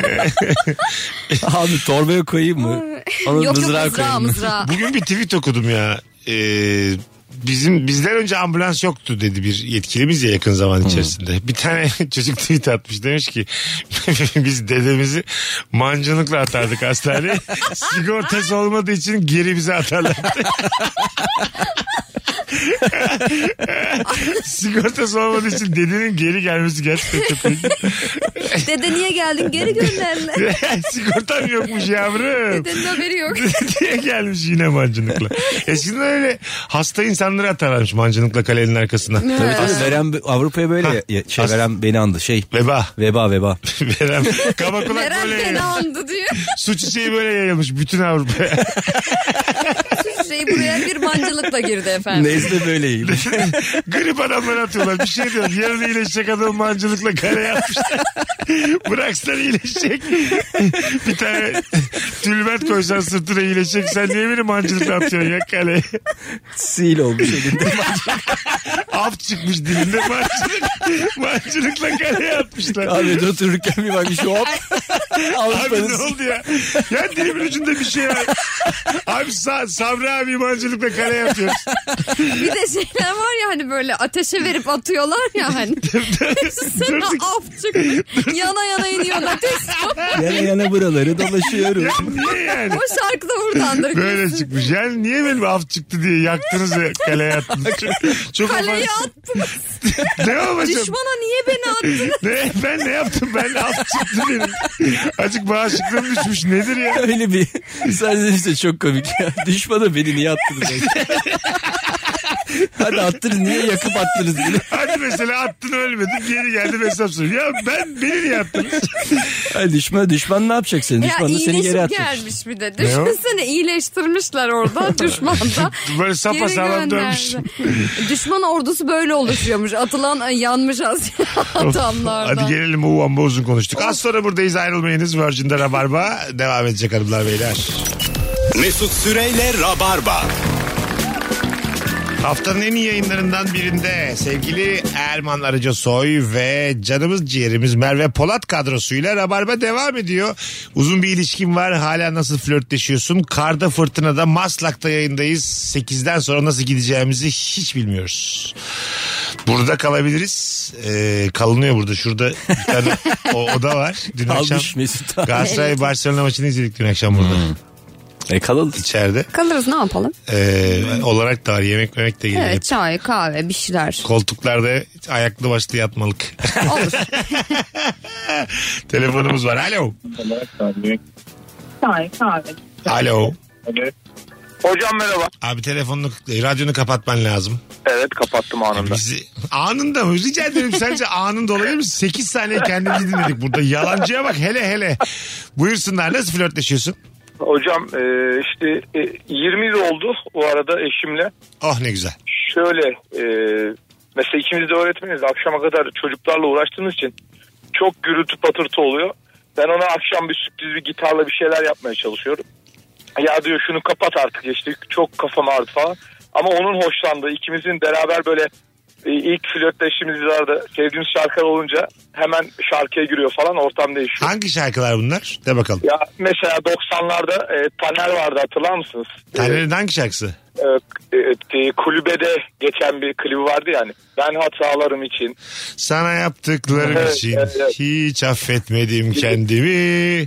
S4: Abi torbaya koyayım mı? Ona
S5: yok yok
S4: mızrağı
S5: mızrağı
S4: koyayım mı?
S5: mızrağı.
S3: Bugün bir tweet okudum ya. Ee, bizim bizden önce ambulans yoktu dedi bir yetkilimiz ya yakın zaman içerisinde. Bir tane <laughs> çocuk tweet atmış demiş ki <laughs> biz dedemizi mancınıkla atardık hastaneye. Sigortası olmadığı için geri bize atarlardı. <laughs> Sigortası olmadığı için dedenin geri gelmesi gerçekten çok iyi.
S5: Dede niye geldin geri gönderler.
S3: <laughs> Sigortam yokmuş yavrum.
S5: Dedenin haberi yok.
S3: diye gelmiş yine mancınıkla. Eskiden öyle hasta insanları atarlarmış mancınıkla kalenin arkasına.
S4: Tabii tabii veren Avrupa'ya böyle
S3: Ha.
S4: ya- şey veren beni andı şey.
S3: Veba. <laughs>
S4: Veba veba.
S3: Verem. Kaba kulak
S5: Meral
S3: böyle
S5: beni
S3: yayılmış.
S5: andı diyor.
S3: Su çiçeği böyle yayılmış bütün Avrupa'ya.
S5: <laughs>
S3: <laughs>
S5: Şey buraya bir mancılıkla girdi efendim.
S4: Nezle böyle eğilir.
S3: <laughs> Grip adamları atıyorlar. Bir şey diyor. Yarın iyileşecek adam mancınıkla kale yapmışlar. <laughs> Bıraksan iyileşecek. <laughs> bir tane tülbent koysan sırtına iyileşecek. Sen niye beni mancınıkla atıyorsun ya kaleye?
S4: Sil olmuş elinde.
S3: <laughs> af çıkmış dilinde mancınık, mancınıkla kare atmışlar.
S4: Kahvede otururken bir bakmış
S5: <laughs>
S4: hop.
S3: Abi ne
S4: Avrupa'nın
S3: oldu ya? Ya dilimin ucunda bir şey var. Abi Sa- Sabri abi mancınıkla kare yapıyoruz.
S5: Bir de şeyler var ya hani böyle ateşe verip atıyorlar ya hani.
S3: <laughs>
S5: <laughs> Sana
S3: Durduk.
S5: af çıkmış. Yana yana iniyor ateş.
S4: yana yana buraları dolaşıyorum.
S3: Niye yani?
S5: O şarkı da buradandır.
S3: Böyle çıkmış. Yani niye benim af çıktı diye yaktınız ve kaleye attınız. Çok, çok
S5: Kaleyi
S3: ofansif.
S5: attınız.
S3: Ne yapacağım?
S5: Düşmana niye beni
S3: <laughs>
S5: attınız?
S3: Ne, ben ne yaptım? Ben af çıktı benim. Acık bağışıklığım düşmüş. Nedir ya?
S4: Öyle bir serzenişte çok komik ya. Düşmana beni niye attınız? Hadi attınız niye yakıp attınız? beni?
S3: Hadi mesela attın ölmedin geri geldi hesap soruyor. Ya ben beni niye attınız?
S4: Ay düşman, düşman ne yapacak seni?
S5: Ya
S4: Düşman da seni geri
S5: iyileşip
S4: atacak.
S5: gelmiş bir de.
S3: Ne o?
S5: Düşünsene iyileştirmişler
S3: <laughs>
S5: orada düşmanda.
S3: Böyle sapa sağlam dönmüş.
S5: <laughs> Düşman ordusu böyle oluşuyormuş. Atılan e, yanmış Asya <laughs> adamlardan.
S3: Hadi gelelim bu amba uzun konuştuk. Az sonra buradayız ayrılmayınız. Virgin'de Rabarba devam edecek hanımlar beyler.
S12: Mesut Süreyle Rabarba.
S3: Haftanın en iyi yayınlarından birinde sevgili Erman Arıca Soy ve canımız ciğerimiz Merve Polat kadrosuyla Rabarba devam ediyor. Uzun bir ilişkin var hala nasıl flörtleşiyorsun? Karda fırtınada Maslak'ta yayındayız. 8'den sonra nasıl gideceğimizi hiç bilmiyoruz. Burada kalabiliriz. Ee, kalınıyor burada şurada bir tane o, oda var. Dün
S4: Almış
S3: akşam
S4: Mesut abi.
S3: Galatasaray Barcelona maçını izledik dün akşam burada
S4: E kalalım.
S3: içeride.
S5: Kalırız ne yapalım?
S3: Ee, olarak da var yemek yemek de geliyor.
S5: Evet çay, kahve, bir
S3: <laughs>
S5: şeyler.
S3: Koltuklarda ayaklı başlı yatmalık.
S5: Olur.
S3: <laughs> Telefonumuz var. Alo.
S11: Hayır, hayır.
S3: Alo.
S13: Hocam merhaba.
S3: Abi telefonunu, radyonu kapatman lazım.
S13: Evet kapattım anında.
S3: Bizi anında mı? Rica ederim sence anında olabilir mi? 8 saniye kendimizi dinledik burada. Yalancıya bak hele hele. Buyursunlar nasıl flörtleşiyorsun?
S13: Hocam e, işte e, 20 yıl oldu bu arada eşimle.
S3: Oh ne güzel.
S13: Şöyle e, mesela ikimiz de öğretmeniz akşama kadar çocuklarla uğraştığımız için çok gürültü patırtı oluyor. Ben ona akşam bir sürpriz bir gitarla bir şeyler yapmaya çalışıyorum. Ya diyor şunu kapat artık işte çok kafam ağrıdı falan. Ama onun hoşlandığı ikimizin beraber böyle e, ilk flörtleştiğimiz yıllarda sevdiğimiz şarkılar olunca hemen şarkıya giriyor falan ortam değişiyor.
S3: Hangi şarkılar bunlar? De bakalım.
S13: Ya mesela 90'larda e, Taner vardı hatırlar mısınız?
S3: Taner'in hangi şarkısı?
S13: E, e, e, kulübede geçen bir klibi vardı yani. Ben hatalarım için.
S3: Sana yaptıklarım
S13: Evet,
S3: için
S13: evet, evet.
S3: hiç affetmedim kendimi.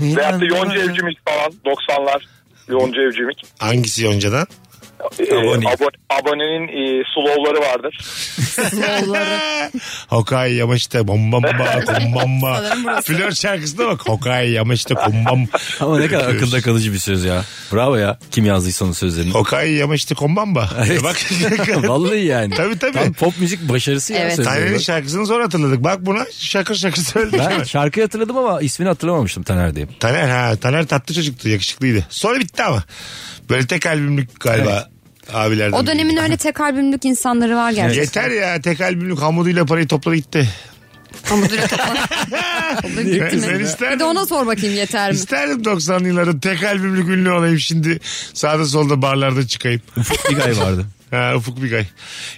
S13: Veyahut da Yonca Evcimik falan 90'lar. Yonca Evcimik.
S3: Hangisi Yonca'dan?
S13: E,
S4: Abone.
S13: abone- abonenin e, slowları vardır.
S3: <laughs> Hokay yamaçta bombamba kumbamba. Flört şarkısına bak. Hokay yamaçta kumbam.
S4: Ama ne kadar akılda kalıcı bir söz ya. Bravo ya. Kim yazdıysa onun sözlerini.
S3: Hokay yamaçta kumbamba.
S4: Evet.
S3: Bak.
S4: <laughs> Vallahi yani.
S3: Tabii, tabii.
S4: Tam pop müzik başarısı ya
S5: Evet.
S4: sözleri.
S3: Taner'in şarkısını zor hatırladık. Bak buna şakır şakır söyledik.
S4: Ben şarkıyı hatırladım ama ismini hatırlamamıştım Taner diye.
S3: Taner ha. Taner tatlı çocuktu. Yakışıklıydı. Sonra bitti ama. Böyle tek albümlük galiba. Abilerden.
S5: o dönemin
S3: biri.
S5: öyle tek albümlük insanları var gerçekten.
S3: Yeter ya tek albümlük hamuduyla parayı
S5: <laughs>
S3: topladı gitti.
S5: Hamuduyla toplan-
S3: Ben, ben
S5: Bir
S3: isterdim.
S5: de ona sor bakayım yeter mi?
S3: İsterdim 90'lı yıllarda tek albümlük ünlü olayım şimdi sağda solda barlarda çıkayım.
S4: Bir gay vardı.
S3: Ha, Ufuk Bigay.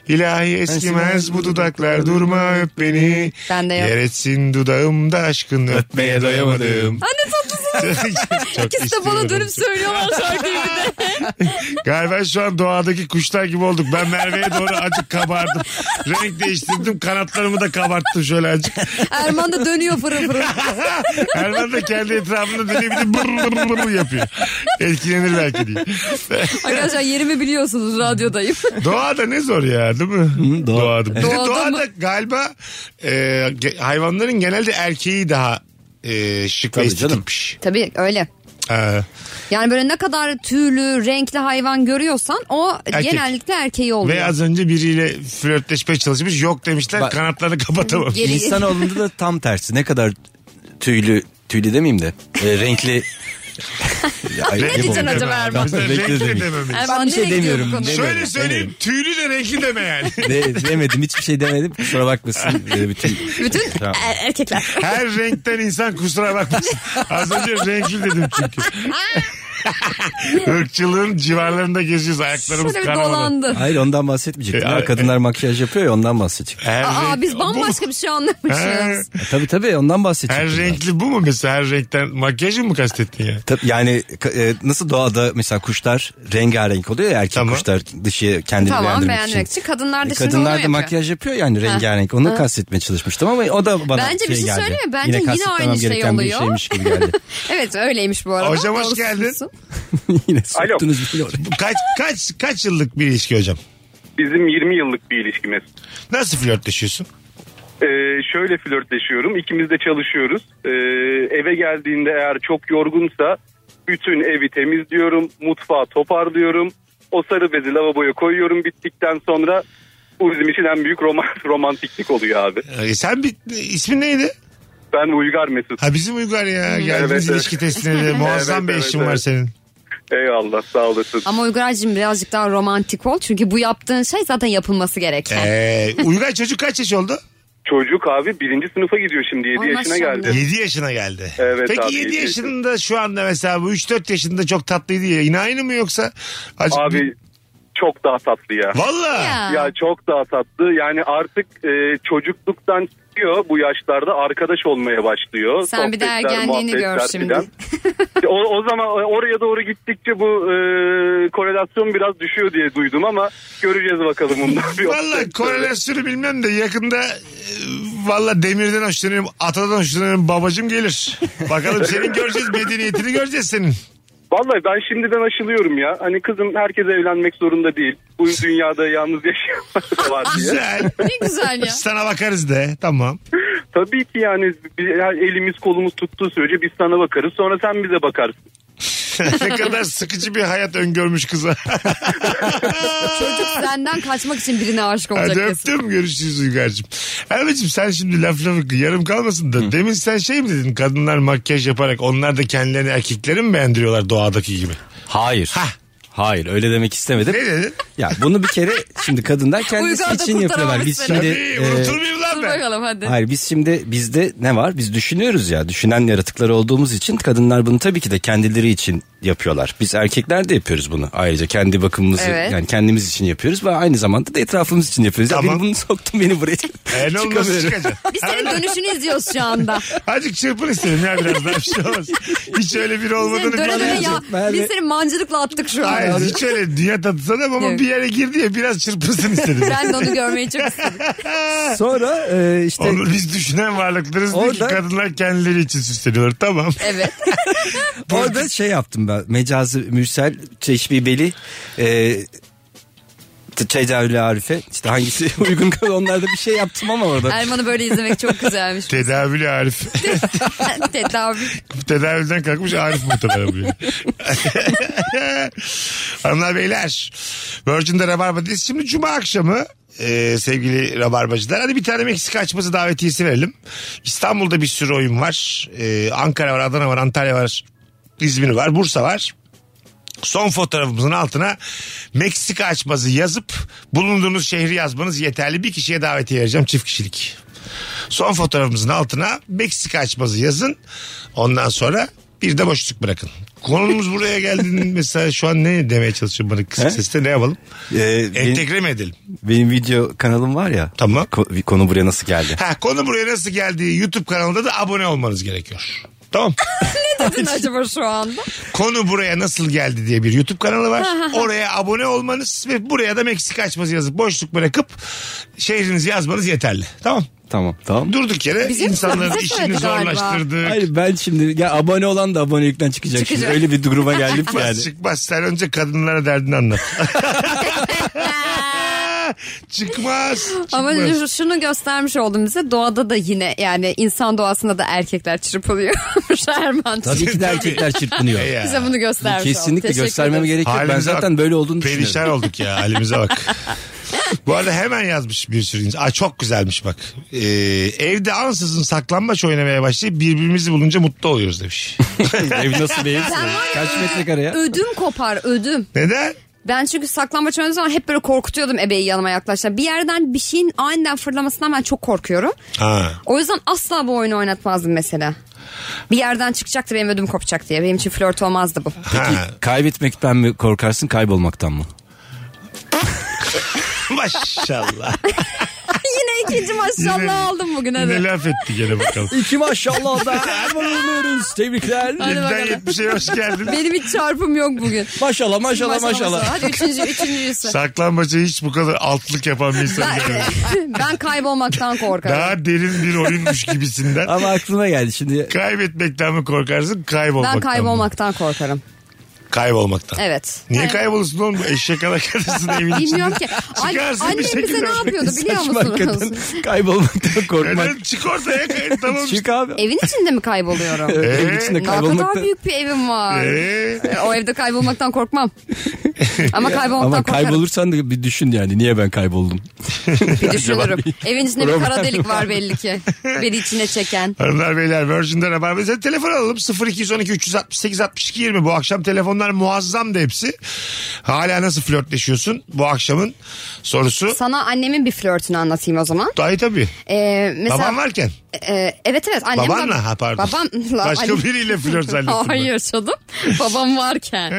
S3: İlahi eskimez bu dudaklar durma öp beni.
S5: Ben de yok.
S3: Yer etsin dudağımda aşkın öpmeye doyamadım.
S5: Anne tatlısın.
S3: <laughs> Çok
S5: İkisi de bana
S3: istiyorum.
S5: dönüp söylüyorlar şarkıyı bir de.
S3: Galiba şu an doğadaki kuşlar gibi olduk. Ben Merve'ye doğru acık kabardım. Renk değiştirdim kanatlarımı da kabarttım şöyle acık.
S5: Erman da dönüyor fırın fırın.
S3: Erman da kendi etrafında dönüyor bir de bır bır bır bır yapıyor. Etkilenir belki diye.
S5: Arkadaşlar yerimi biliyorsunuz radyodayım.
S3: Doğada ne zor ya değil mi?
S4: Hı, doğa.
S3: Doğada. Bir de
S5: Doğada
S3: doğada
S5: mı?
S3: galiba e, ge- hayvanların genelde erkeği daha e, şık ve
S4: Tabii canım.
S3: estetikmiş.
S5: Tabii öyle.
S3: Ha.
S5: Yani böyle ne kadar tüylü, renkli hayvan görüyorsan o
S3: Erkek.
S5: genellikle erkeği oluyor.
S3: Ve az önce biriyle flörtleşmeye çalışmış. Yok demişler
S4: Bak-
S3: kanatlarını kapatamam.
S5: Geri-
S4: İnsanoğlunda da tam tersi. Ne kadar tüylü, tüylü demeyeyim de e, renkli. Ya, ayıp
S3: Ne diyeceksin
S4: oldu.
S5: acaba Erman?
S4: Tamam,
S3: Renkli
S4: renkli demeyeyim.
S3: dememiş.
S5: Erman
S4: bir şey
S5: nereye gidiyor
S4: demiyorum.
S5: bu konu?
S4: Demiyorum.
S3: Şöyle söyleyeyim tüylü de renkli deme
S4: <laughs>
S3: yani.
S4: De, demedim hiçbir şey demedim. Kusura bakmasın. e, bütün...
S5: Bütün
S4: Tamam.
S5: er-
S3: <laughs>
S5: erkekler.
S3: Her renkten insan kusura bakmasın. Az önce renkli dedim çünkü. Irkçılığın civarlarında geziyoruz. Ayaklarımız
S5: Şöyle bir
S3: kanamadan.
S5: dolandı.
S4: Hayır ondan bahsetmeyecektim.
S3: Ya, e-
S4: Ha, Kadınlar makyaj yapıyor ya ondan bahsedecek.
S3: Her
S5: Aa
S3: renk-
S5: biz
S3: Bu mu?
S5: bambaşka bir şey
S3: He.
S5: anlamışız.
S4: E, Tabii tabii ondan bahsedecektim.
S3: Her
S4: ben.
S3: renkli bu mu mesela? Her renkten makyajı mı kastettin ya?
S4: Tabii yani ka- e, nasıl doğada mesela kuşlar rengarenk oluyor ya erkek
S3: Tamam.
S4: kuşlar dışıya kendini
S5: Tamam
S4: beğendirmek E,
S5: beğenmek için. Kadınlar da şimdi onu
S4: Kadınlar da
S5: yapıyor.
S4: makyaj yapıyor yani rengarenk. Onu kastetmeye çalışmıştım ama o da bana
S5: Bence bir
S4: şey
S5: şey
S4: geldi.
S5: söyleyeyim mi? Bence yine
S4: kastetmemem
S5: aynı şey
S4: gereken bir
S5: oluyor.
S4: şeymiş gibi geldi. <laughs>
S5: Evet öyleymiş bu arada.
S3: Hocam hoş
S5: Doğrusu
S3: geldin.
S5: diyorsun.
S4: yine soktunuz beni oraya.
S3: Bu
S7: <laughs>
S3: kaç kaç kaç yıllık bir ilişki hocam?
S7: Bizim 20 yıllık bir ilişkimiz.
S3: Nasıl flörtleşiyorsun?
S7: Ee, şöyle flörtleşiyorum. İkimiz de çalışıyoruz. Ee, eve geldiğinde eğer çok yorgunsa bütün evi temizliyorum. Mutfağı toparlıyorum. O sarı bezi lavaboya koyuyorum bittikten sonra. Bu bizim için en büyük roman- <laughs> romantiklik oluyor abi.
S3: Ee, sen bir ismin neydi?
S7: Ben Uygar Mesut.
S3: Ha bizim Uygar ya. Geldiğiniz
S7: Evet,
S3: ilişki
S7: <laughs>
S3: testine de muazzam
S7: Evet,
S3: bir
S7: evet,
S3: eşin var
S7: evet.
S3: senin.
S7: Eyvallah sağ olasın.
S5: Ama Uygar'cığım birazcık daha romantik ol. Çünkü bu yaptığın şey zaten yapılması gereken.
S3: Ee, Uygar çocuk kaç yaş oldu?
S7: Çocuk abi birinci sınıfa gidiyor şimdi 7
S5: Ay,
S7: yaşına
S5: maşallah.
S7: geldi.
S3: 7 yaşına geldi.
S7: Evet
S3: Peki
S7: abi,
S3: 7
S7: yedi
S3: yaşında şu anda mesela bu 3-4 yaşında çok tatlıydı ya. Yine aynı mı yoksa? Acık
S7: Abi çok daha tatlı ya.
S3: Valla.
S5: Ya.
S7: Ya çok daha tatlı. Yani artık e, çocukluktan çıkıyor bu yaşlarda arkadaş olmaya başlıyor.
S5: Sen bir de
S7: Sohbetler,
S5: ergenliğini gör
S7: muhabbetler
S5: şimdi.
S7: filan. <laughs> o, o zaman oraya doğru gittikçe bu e, korelasyon biraz düşüyor diye duydum ama göreceğiz bakalım bundan
S3: <laughs>
S7: bir
S3: Valla korelasyonu bilmem de yakında e, valla demirden hoşlanıyorum, atadan hoşlanıyorum, babacım gelir. Bakalım senin göreceğiz, medeniyetini göreceğiz senin.
S7: Vallahi ben şimdiden aşılıyorum ya. Hani kızım herkes evlenmek zorunda değil. Bu dünyada yalnız yaşayanlar da var diye.
S3: Güzel.
S5: <laughs> Ne güzel
S3: <laughs>
S5: ya.
S3: Sana bakarız de. Tamam. <laughs>
S7: Tabii ki yani bir- elimiz kolumuz tuttuğu sürece biz sana bakarız. Sonra sen bize bakarsın.
S3: ne kadar sıkıcı bir hayat öngörmüş <laughs> kıza.
S5: Çocuk senden kaçmak için birine aşık olacak
S3: Hadi
S5: kesin.
S3: öptüm görüşürüz Uygar'cığım. Ermeciğim sen şimdi laf lafı yarım kalmasın da demin sen şey mi dedin kadınlar makyaj yaparak onlar da kendilerini erkekleri mi beğendiriyorlar doğadaki gibi?
S4: Hayır. Hayır öyle demek istemedim.
S3: Ne dedin?
S4: Ya bunu bir kere şimdi kadınlar
S5: <laughs>
S4: kendisi
S5: Uygar da
S4: için yapıyorlar.
S5: kurtaramamış
S4: Biz
S5: seni.
S4: şimdi
S3: Tabii
S4: e,
S3: unutur muyum
S5: Dur
S3: lan ben?
S5: bakalım hadi.
S4: Hayır biz şimdi bizde ne var? Biz düşünüyoruz ya. Düşünen yaratıklar olduğumuz için kadınlar bunu tabii ki de kendileri için yapıyorlar. Biz erkekler de yapıyoruz bunu. Ayrıca kendi bakımımızı
S5: Evet.
S4: yani kendimiz için yapıyoruz ve aynı zamanda da etrafımız için yapıyoruz. Ya
S3: Tamam.
S4: beni bunu soktun
S5: <laughs>
S4: beni buraya.
S3: E, ne olmaz
S4: Çıkamıyorum.
S3: çıkacaksın.
S5: Biz senin dönüşünü izliyoruz şu anda.
S3: <laughs> Azıcık çırpın istedim ya biraz daha bir şey olmaz. Hiç öyle biri
S5: Senin
S3: olmadığını
S5: döne döne
S3: biliyorum.
S5: ya.
S4: Ben de-
S5: Biz seni mancılıkla attık şu
S3: Hayır
S5: an.
S3: hiç öyle dünya tatlısı adam ama
S5: Yok.
S3: bir yere girdi ya biraz çırpınsın istedim.
S5: Ben de onu görmeyi çok istedim.
S4: Sonra e, işte
S3: Onu biz düşünen varlıklarız değil ki
S4: Orada-
S3: kadınlar kendileri için süsleniyor. Tamam.
S5: Evet.
S4: orada şey yaptım ben. Mecazi Mürsel Teşbibeli e, te- Tecavüle Arife işte hangisi <laughs> uygun kalır onlarda bir şey yaptım ama orada.
S5: Erman'ı böyle izlemek çok
S4: <laughs>
S5: güzelmiş.
S3: Tedavülü Arif.
S5: Tedavi.
S3: Tedavülden kalkmış Arif muhtemelen bu. yani. Hanımlar beyler. Virgin'de Rabarba'dayız. Şimdi Cuma akşamı e, sevgili Rabarbacılar. Hadi bir tane Meksika açması davetiyesi verelim. İstanbul'da bir sürü oyun var. E, Ankara var, Adana var, Antalya var, İzmir var, Bursa var. Son fotoğrafımızın altına Meksika açması yazıp bulunduğunuz şehri yazmanız yeterli. Bir kişiye davetiye vereceğim çift kişilik. Son fotoğrafımızın altına Meksika açması yazın. Ondan sonra bir de boşluk bırakın. Konumuz buraya
S4: <laughs>
S3: geldiğinde mesela şu an ne demeye çalışıyorum bana kısık
S4: He?
S3: sesle ne yapalım?
S4: E, benim-
S3: Entegre mi edelim?
S4: Benim video kanalım var ya.
S3: Tamam.
S4: Ko- konu buraya nasıl geldi?
S3: Ha, konu buraya nasıl geldi? YouTube kanalında da abone olmanız gerekiyor.
S4: <laughs>
S3: Tamam.
S5: Dedin acaba şu anda?
S3: Konu buraya nasıl geldi diye bir YouTube kanalı
S4: <laughs>
S3: var. Oraya abone olmanız ve buraya da Meksika açması yazıp boşluk bırakıp şehrinizi yazmanız yeterli. Tamam.
S4: Tamam tamam.
S3: Durduk yere
S5: Biz
S3: insanların
S5: yapmadık,
S3: işini
S5: yapmadık galiba.
S3: zorlaştırdık.
S4: Hayır ben şimdi ya abone olan da abonelikten çıkacak,
S5: Çıkacak.
S4: şimdi. Öyle bir duruma geldim ki yani.
S3: Çıkmaz çıkmaz. Sen önce kadınlara derdini
S4: <laughs>
S3: anlat. <laughs> çıkmaz.
S5: Ama
S3: çıkmaz.
S5: şu- şunu göstermiş oldum bize doğada da yine yani insan doğasında da erkekler çırpılıyor. <laughs> Erman.
S4: Tabii ki de erkekler çırpınıyor.
S3: E Ya.
S5: Bize bunu göstermiş oldu.
S4: Kesinlikle
S5: Teşekkür
S4: göstermeme
S5: ederim.
S4: gerek yok. Ben
S3: Halimize
S4: zaten
S3: bak.
S4: böyle olduğunu düşünüyorum.
S3: Perişan olduk ya halimize
S4: <laughs>
S3: bak. Bu arada hemen yazmış bir sürü insan. Aa, çok güzelmiş bak. Ee, evde ansızın saklambaç oynamaya başlayıp birbirimizi bulunca mutlu oluyoruz
S4: <laughs>
S3: demiş.
S4: Ev nasıl bir evse. Kaç metrekare ya?
S5: Ödüm kopar ödüm.
S3: Neden?
S5: Ben çünü saklambaç oynadığım zaman hep böyle korkutuyordum ebeyi yanıma yaklaşan. Bir yerden bir şeyin aniden fırlamasından ben çok korkuyorum.
S3: Ha.
S5: O yüzden asla bu oyunu oynatmazdım mesela. Bir yerden çıkacaktı benim ödüm kopacak diye. Benim için flört olmazdı bu. <laughs>
S4: Peki
S3: Ha.
S4: kaybetmekten mi korkarsın kaybolmaktan mı?
S3: <laughs> Maşallah.
S5: Yine ikinci maşallah aldım bugün
S3: Ne
S5: hadi.
S3: laf etti gene bakalım.
S4: İki maşallah <laughs> da Erman oluyoruz. Tebrikler.
S5: Hadi
S3: Yeniden
S5: bakalım.
S3: 70'e hoş geldin.
S5: Benim hiç çarpım yok bugün.
S4: Maşallah maşallah
S5: Hadi üçüncü, üçüncüsü.
S3: Saklambaca hiç bu kadar altlık yapan bir
S5: <laughs>
S3: insan
S5: Ben,
S3: görmedim.
S5: ben kaybolmaktan korkarım.
S3: Daha derin bir
S5: <laughs>
S3: oyunmuş gibisinden.
S4: Ama aklıma geldi şimdi.
S3: Kaybetmekten mi korkarsın kaybolmaktan
S5: Ben
S3: mı?
S5: kaybolmaktan korkarım.
S3: Kaybolmaktan.
S5: Evet.
S3: Niye
S5: Evet.
S3: kaybolursun oğlum? Eşek
S5: <laughs>
S3: arkadaşısın evin içinde.
S5: Bilmiyorum
S3: <laughs>
S5: ki. An-
S3: Çıkarsın bir
S5: annem bize
S3: şekilde.
S5: ne yapıyordu biliyor
S4: Saçma hakikaten
S5: musunuz?
S4: kaybolmaktan korkmak.
S3: Neden? Çık ortaya kay- tamam.
S4: Çık abi.
S5: Evin içinde mi
S3: <laughs>
S5: kayboluyorum?
S4: Evet,
S3: Ee?
S4: evin içinde
S5: Ne kadar
S4: kaybolmaktan.
S5: büyük bir evim var.
S3: Ee,
S5: Ee, O evde kaybolmaktan
S3: <laughs>
S5: korkmam. Ama kaybolmaktan
S4: Ama
S5: korkarım.
S4: kaybolursan da bir düşün yani niye ben kayboldum.
S5: bir
S4: <laughs>
S5: düşünürüm. Evin içinde bir kara
S4: Problem
S5: delik var belli
S4: <laughs>
S5: ki. Beni içine çeken.
S3: Hanımlar beyler Virgin'de Rabarba. Bize telefon alalım 0212 368 62 20. Bu akşam telefonlar muazzam da hepsi. Hala nasıl flörtleşiyorsun? Bu akşamın sorusu.
S5: Sana annemin bir flörtünü anlatayım o zaman.
S3: Dayı tabii.
S5: Ee, mesela,
S3: Baban varken.
S5: Ee, evet evet. Annem
S3: Babanla ha pardon.
S5: Babamla.
S3: Başka
S5: annem-
S3: biriyle flört zannettim.
S5: Hayır canım. Babam varken.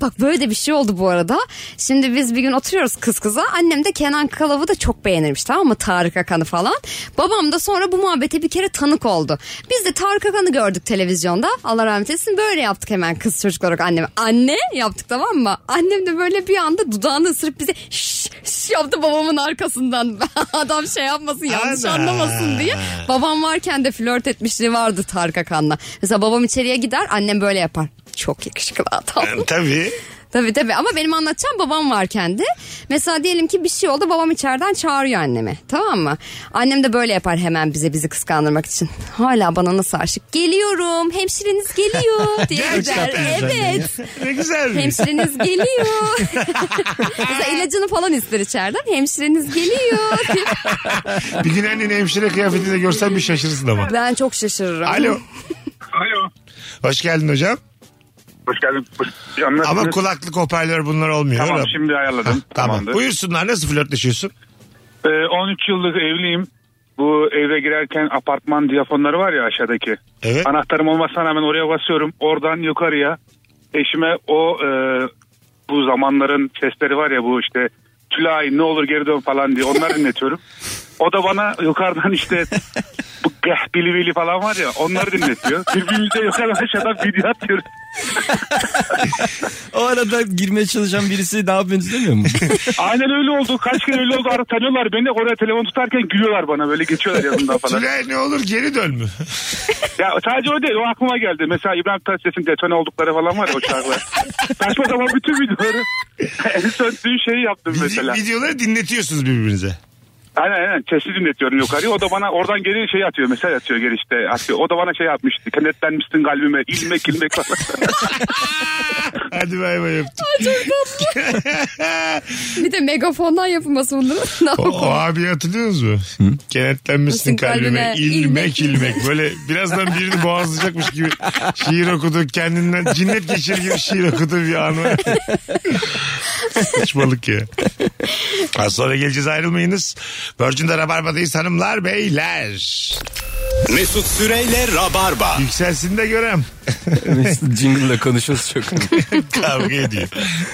S5: Bak böyle de bir şey oldu bu arada. Şimdi biz bir gün oturuyoruz kız kıza. Annem de Kenan Kalav'ı da çok beğenirmiş tamam mı? Tarık Akan'ı falan. Babam da sonra bu muhabbete bir kere tanık oldu. Biz de Tarık Akan'ı gördük televizyonda. Allah rahmet eylesin. Böyle yaptık hemen kız çocuk olarak anneme. Anne yaptık tamam mı? Annem de böyle bir anda dudağını ısırıp bize şş, şş yaptı babamın arkasından. <laughs> Adam şey yapmasın yanlış
S3: Ana.
S5: anlamasın diye. Babam varken de flört etmişliği vardı Tarık Akan'la. Mesela babam içeriye gider annem böyle yapar. Çok yakışıklı adam.
S3: Yani <laughs> tabii.
S5: Tabii tabii ama benim anlatacağım babam varken de. Mesela diyelim ki bir şey oldu babam içeriden çağırıyor annemi tamam mı? Annem de böyle yapar hemen bize bizi kıskandırmak için. Hala bana nasıl aşık? Geliyorum hemşireniz
S3: <laughs>
S5: geliyor diye gider.
S3: Gerçekten
S5: Evet.
S3: Ne güzel.
S5: Hemşireniz geliyor. <laughs> Mesela ilacını falan ister içeriden. Hemşireniz
S3: <laughs>
S5: geliyor.
S3: Bir gün anneni hemşire kıyafetiyle görsen bir şaşırırsın ama.
S5: ben çok şaşırırım.
S3: Alo.
S6: Alo.
S3: Hoş geldin hocam.
S6: Hoş geldin. Hocam nasılsınız?
S3: Ama kulaklık hoparlör bunlar olmuyor.
S6: Tamam
S3: Öyle-
S6: şimdi ayarladım.
S3: Tamam.
S6: Tamamdır.
S3: Buyursunlar nasıl flörtleşiyorsun?
S6: Ee, 13 yıllık evliyim. Bu eve girerken apartman diyafonları var ya aşağıdaki.
S3: Evet.
S6: Anahtarım olmasına rağmen oraya basıyorum. Oradan yukarıya eşime o e, bu zamanların sesleri var ya bu işte Tülay ne olur geri dön falan diye onları dinletiyorum. O da bana yukarıdan işte bu geh bili bili falan var ya onları dinletiyor. Birbirimize yukarı aşağıdan video atıyoruz.
S4: O arada girmeye çalışan birisi ne yapıyorsunuz demiyor mu?
S6: Aynen öyle oldu. Kaç kere öyle oldu. Ara tanıyorlar beni. Oraya telefon tutarken gülüyorlar bana. Böyle geçiyorlar yanımdan falan.
S3: Tülay ne olur geri dön
S6: <laughs>
S3: mü?
S6: ya sadece o değil. O aklıma geldi. Mesela İbrahim Tatlıses'in detone oldukları falan var ya o şarkılar.
S3: <laughs>
S6: Saçma zaman bütün videoları. <laughs> en son dün şeyi yaptım mesela.
S3: Videoları dinletiyorsunuz birbirinize.
S6: Aynen aynen. Sesi dinletiyorum yukarıya. O da bana oradan geri şey atıyor. Mesaj atıyor geri işte. Atıyor. O da bana şey atmıştı. Kenetlenmişsin kalbime. İlmek ilmek falan.
S3: Hadi bay bay öptüm.
S5: Bir de megafondan yapılması bunların. Ne
S3: O, o abi hatırlıyorsunuz mu? Kenetlenmişsin
S5: Nasıl kalbime,
S3: kalbime ilmek
S5: ilmek.
S3: ilmek. <laughs> Böyle birazdan birini boğazlayacakmış gibi şiir okudu. Kendinden cinnet geçirir gibi şiir okudu bir anı. var. <laughs> Saçmalık ya. Az sonra geleceğiz ayrılmayınız. Virgin'de Rabarba'dayız hanımlar beyler.
S2: Mesut Süreyle Rabarba.
S3: Yükselsin de görem.
S4: Mesut <laughs> Jingle'la konuşması çok.
S3: Kavga ediyor.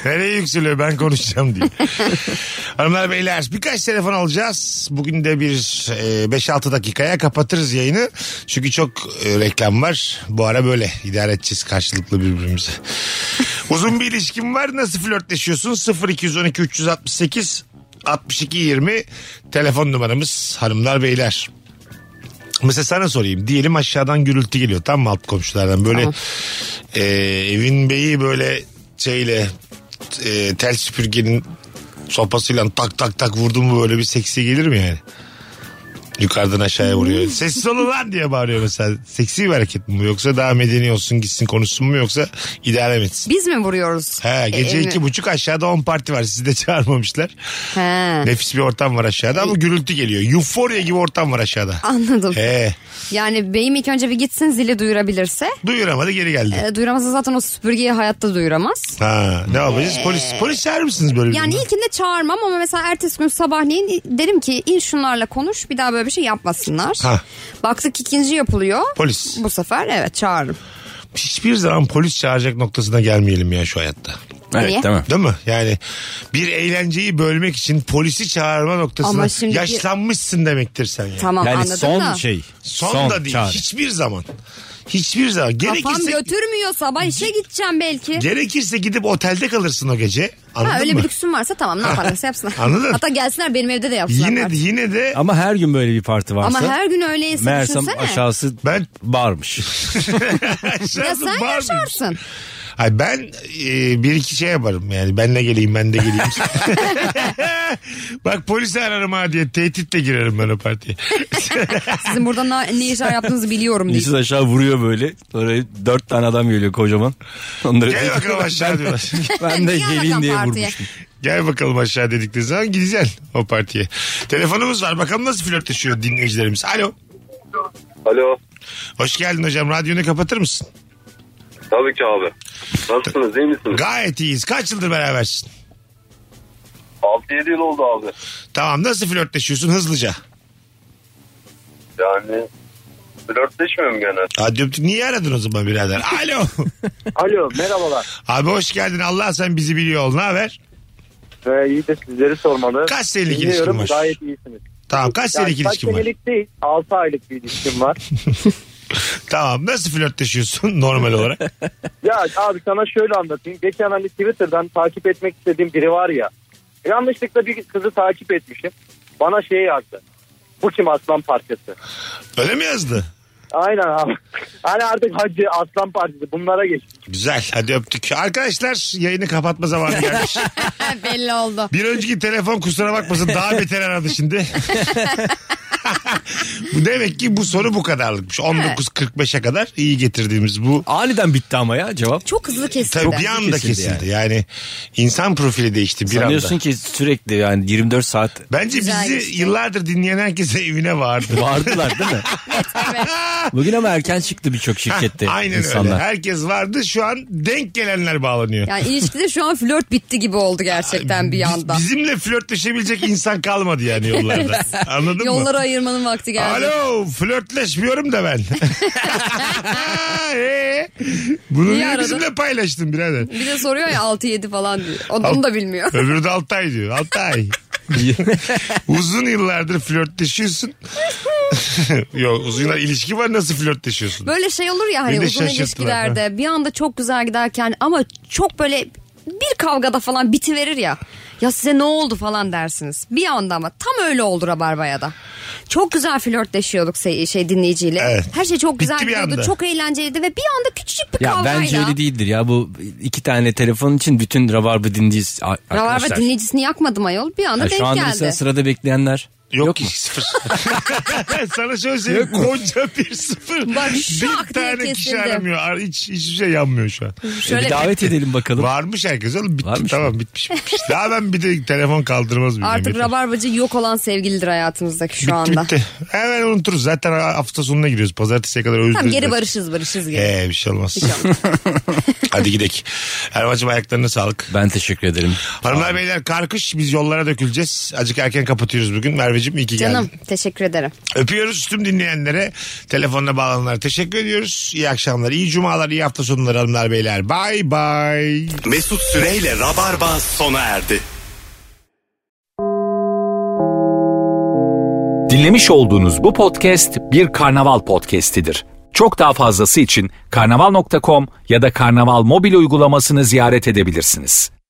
S3: Nereye yükseliyor ben konuşacağım diye. Hanımlar beyler birkaç telefon alacağız. Bugün de bir e, 5-6 dakikaya kapatırız yayını. Çünkü çok e, reklam var. Bu ara böyle idare edeceğiz karşılıklı birbirimizi. Uzun bir ilişkin var. Nasıl flörtleşiyorsun? 0212 368 62 20 telefon numaramız hanımlar beyler. Mesela sana sorayım. Diyelim aşağıdan gürültü geliyor tam mı alt komşulardan? Böyle e, evin beyi böyle şeyle e, tel süpürgenin sopasıyla tak tak tak vurdu mu böyle bir seksi gelir mi yani? Yukarıdan aşağıya
S5: Hmm.
S3: vuruyor. Sessiz olun lan diye bağırıyor mesela. Seksi bir hareket mi bu yoksa daha medeni olsun gitsin konuşsun mu yoksa idare mi etsin?
S5: Biz mi vuruyoruz?
S3: He, gece
S5: E,
S3: iki buçuk aşağıda on parti var. Sizi de <laughs> çağırmamışlar.
S5: He.
S3: Nefis bir ortam var aşağıda ama gürültü geliyor. Euforia gibi ortam var aşağıda.
S5: E- Anladım.
S3: He,
S5: Yani beyim ilk önce bir gitsin zili duyurabilirse.
S3: duyuramadı geri geldi.
S5: E, duyuramazsa zaten o süpürgeyi hayatta duyuramaz.
S3: Ha, ne yapacağız? Polis polis çağırır mısınız böyle bir
S5: E- Yani
S3: durumda?
S5: ilkinde çağırmam ama mesela ertesi gün sabahleyin derim ki in şunlarla konuş bir daha böyle bir bir şey yapmasınlar.
S3: Ha.
S5: Baktık ikinci yapılıyor.
S3: Polis.
S5: Bu sefer evet çağırırım.
S3: Hiçbir zaman polis çağıracak noktasına gelmeyelim ya şu hayatta.
S5: Niye?
S4: Evet tamam.
S3: Değil mi? Yani bir eğlenceyi bölmek için polisi çağırma noktasına
S5: Ama şimdiki-
S3: yaşlanmışsın demektir sen yani.
S5: Tamam
S4: Yani
S5: anladın
S4: son
S5: da.
S4: şey.
S3: Son,
S4: Son,
S3: da değil.
S4: çağrı.
S3: Hiçbir zaman. Hiçbir zaman.
S5: Kafam
S3: Gerekirse,
S5: götürmüyor sabah işe gideceğim belki.
S3: gerekirse gidip otelde kalırsın o gece. Anladın
S5: Ha, öyle
S3: mı?
S5: bir lüksüm varsa tamam ne yaparlarsa yapsınlar.
S3: Anladın?
S5: Hatta gelsinler benim evde de yapsınlar.
S3: Yine de,
S5: parti.
S3: yine de
S4: Ama her gün böyle bir parti varsa.
S5: Ama her gün öyleyse
S4: Meğersem
S5: düşünsene.
S4: aşağısı
S3: Ben-
S4: ben
S5: <laughs>
S3: <laughs>
S4: bağırmış.
S5: ya
S3: aşağısı
S5: sen
S3: var mı?
S5: yaşarsın.
S3: Ay ben e, bir iki şey yaparım yani. Ben de geleyim ben
S5: <laughs>
S3: de geleyim. <laughs> Bak polisi ararım ha diye tehditle girerim ben o partiye.
S5: Sizin burada ne, ne işler yaptığınızı
S3: <laughs>
S5: biliyorum diye.
S4: Nişiz aşağı vuruyor böyle. Sonra dört tane adam geliyor kocaman. Onları
S3: Gel bakalım aşağı diyorlar.
S4: <laughs> ben de
S5: Niye
S4: geleyim
S5: alakam
S4: diye
S5: partiye?
S4: vurmuşum.
S3: Gel bakalım aşağı dedikleri zaman gideceksin o partiye. Telefonumuz var bakalım nasıl flörtleşiyor dinleyicilerimiz. Alo.
S10: Alo.
S3: Hoş geldin hocam radyonu kapatır mısın?
S10: Tabii ki abi. Nasılsınız iyi misiniz?
S3: Gayet iyiyiz. Kaç yıldır berabersin?
S10: 6-7 yıl oldu abi.
S3: Tamam nasıl flörtleşiyorsun hızlıca?
S10: Yani flörtleşmiyorum gene.
S3: Hadi öptük. Niye aradın o zaman birader?
S4: <laughs>
S3: Alo.
S8: Alo merhabalar.
S3: Abi hoş geldin. Allah sen bizi biliyor ol. Ne haber?
S8: Ve iyi de Ee, sizleri sormalı.
S3: Kaç senelik
S8: Dinliyorum,
S3: ilişkin var?
S8: Gayet iyisiniz.
S3: Tamam kaç senelik
S8: yani kaç
S3: ilişkin var?
S8: senelik değil 6 aylık bir ilişkim var.
S3: Tamam nasıl flörtleşiyorsun <laughs> normal olarak?
S8: ya abi sana şöyle anlatayım. Geçen hani Twitter'dan takip etmek istediğim biri var ya. Yanlışlıkla bir kızı takip etmişim. Bana şey yazdı. Bu kim aslan parçası?
S3: Öyle mi yazdı?
S8: Aynen abi. Hani artık hacı aslan parçası bunlara geç.
S3: Güzel hadi öptük. Arkadaşlar yayını kapatma zamanı gelmiş.
S5: Ha, belli oldu.
S3: Bir önceki telefon kusura bakmasın daha beter aradı şimdi. <laughs> bu demek ki bu soru bu kadarlıkmış. 19.45'e kadar iyi getirdiğimiz bu
S4: Aniden bitti ama ya cevap.
S5: Çok hızlı kesildi.
S3: Tabii bir anda
S4: kesildi
S3: kesildi. Yani. insan profili değişti bir anda.
S4: Sanıyorsun ki sürekli yani 24 saat
S3: Bence
S5: Güzel
S3: bizi
S5: geçti.
S3: yıllardır dinleyen herkese evine vardı.
S4: bağırdılar değil mi?
S5: <laughs>
S4: Bugün ama erken çıktı birçok şirkette
S3: Aynen
S4: insanlar.
S3: öyle. Herkes vardı. Şu an denk gelenler bağlanıyor.
S5: Yani ilişkide şu an flört bitti gibi oldu gerçekten bir
S3: Biz-
S5: anda.
S3: bizimle flörtleşebilecek insan kalmadı yani yollarda. Anladın mı?
S5: Yolları ayırmanın vakti geldi.
S3: Alo flörtleşmiyorum da ben.
S5: <laughs>
S3: Ee, Bunu
S5: Niye
S3: niye
S5: aradın?
S3: bizimle paylaştın birader?
S5: Bir de soruyor ya 6-7 falan diyor. Onu, onu da
S3: <laughs>
S5: bilmiyor.
S3: Öbürü de Altay
S5: <laughs>
S3: diyor. Altay. uzun yıllardır flörtleşiyorsun. <laughs> Yok uzun yıllar ilişki var nasıl flörtleşiyorsun?
S5: Böyle şey olur ya hani
S3: Beni de
S5: uzun
S3: şaşırttılar,
S5: ilişkilerde bir anda çok güzel giderken ama çok böyle bir kavgada falan bitiverir ya. Ya size ne oldu falan dersiniz. Bir anda ama tam öyle oldu Rabarba'ya da. Çok güzel flörtleşiyorduk şey, şey dinleyiciyle.
S3: Evet.
S5: Her şey çok güzel
S3: Bitti bir
S5: gidiyordu.
S3: anda.
S5: Çok eğlenceliydi ve bir anda küçücük bir
S4: Ya
S5: kavgayla.
S4: bence öyle değildir ya bu iki tane telefon için bütün Rabarba dinleyicisi a- arkadaşlar.
S5: Rabarba dinleyicisini yakmadım ayol. Bir anda
S4: Ya
S5: denk
S4: şu anda
S5: geldi.
S4: mesela sırada bekleyenler
S3: Yok,
S4: yok
S3: ki
S4: mu?
S3: sıfır. <laughs> Sana şöyle söyleyeyim koca bir sıfır.
S5: Bak şak
S3: bir
S5: diye
S3: tane kişi
S5: kesildi.
S3: aramıyor. Ar- Hiç, hiçbir şey yanmıyor şu an.
S5: Şöyle
S4: Bir davet edelim bakalım.
S3: Varmış herkes oğlum bitti
S4: Varmış
S3: tamam bitmiş, bitmiş. Daha ben bir de telefon kaldırmaz mıyım?
S5: Artık
S3: Yeter.
S5: rabarbacı yok olan sevgilidir hayatımızdaki şu
S3: bitti,
S5: anda.
S3: Bitti. Hemen unuturuz zaten hafta sonuna giriyoruz. Pazartesiye kadar özleriz.
S5: Tamam geri
S3: belki.
S5: barışız barışız geri.
S3: Ee, bir şey olmaz. <laughs> Hadi gidelim. Erman'cığım ayaklarına sağlık.
S4: Ben teşekkür ederim.
S3: Hanımlar beyler karkış biz yollara döküleceğiz. Acık erken kapatıyoruz bugün. Merveciğim iyi ki geldin.
S5: Canım teşekkür ederim.
S3: Öpüyoruz tüm dinleyenlere. Telefonla bağlananlara teşekkür ediyoruz. İyi akşamlar, iyi cumalar, iyi hafta sonları hanımlar beyler. Bay bay.
S2: Mesut Süreyle Rabarba sona erdi.
S1: Dinlemiş olduğunuz bu podcast bir karnaval podcastidir. Çok daha fazlası için karnaval.com ya da karnaval mobil uygulamasını ziyaret edebilirsiniz.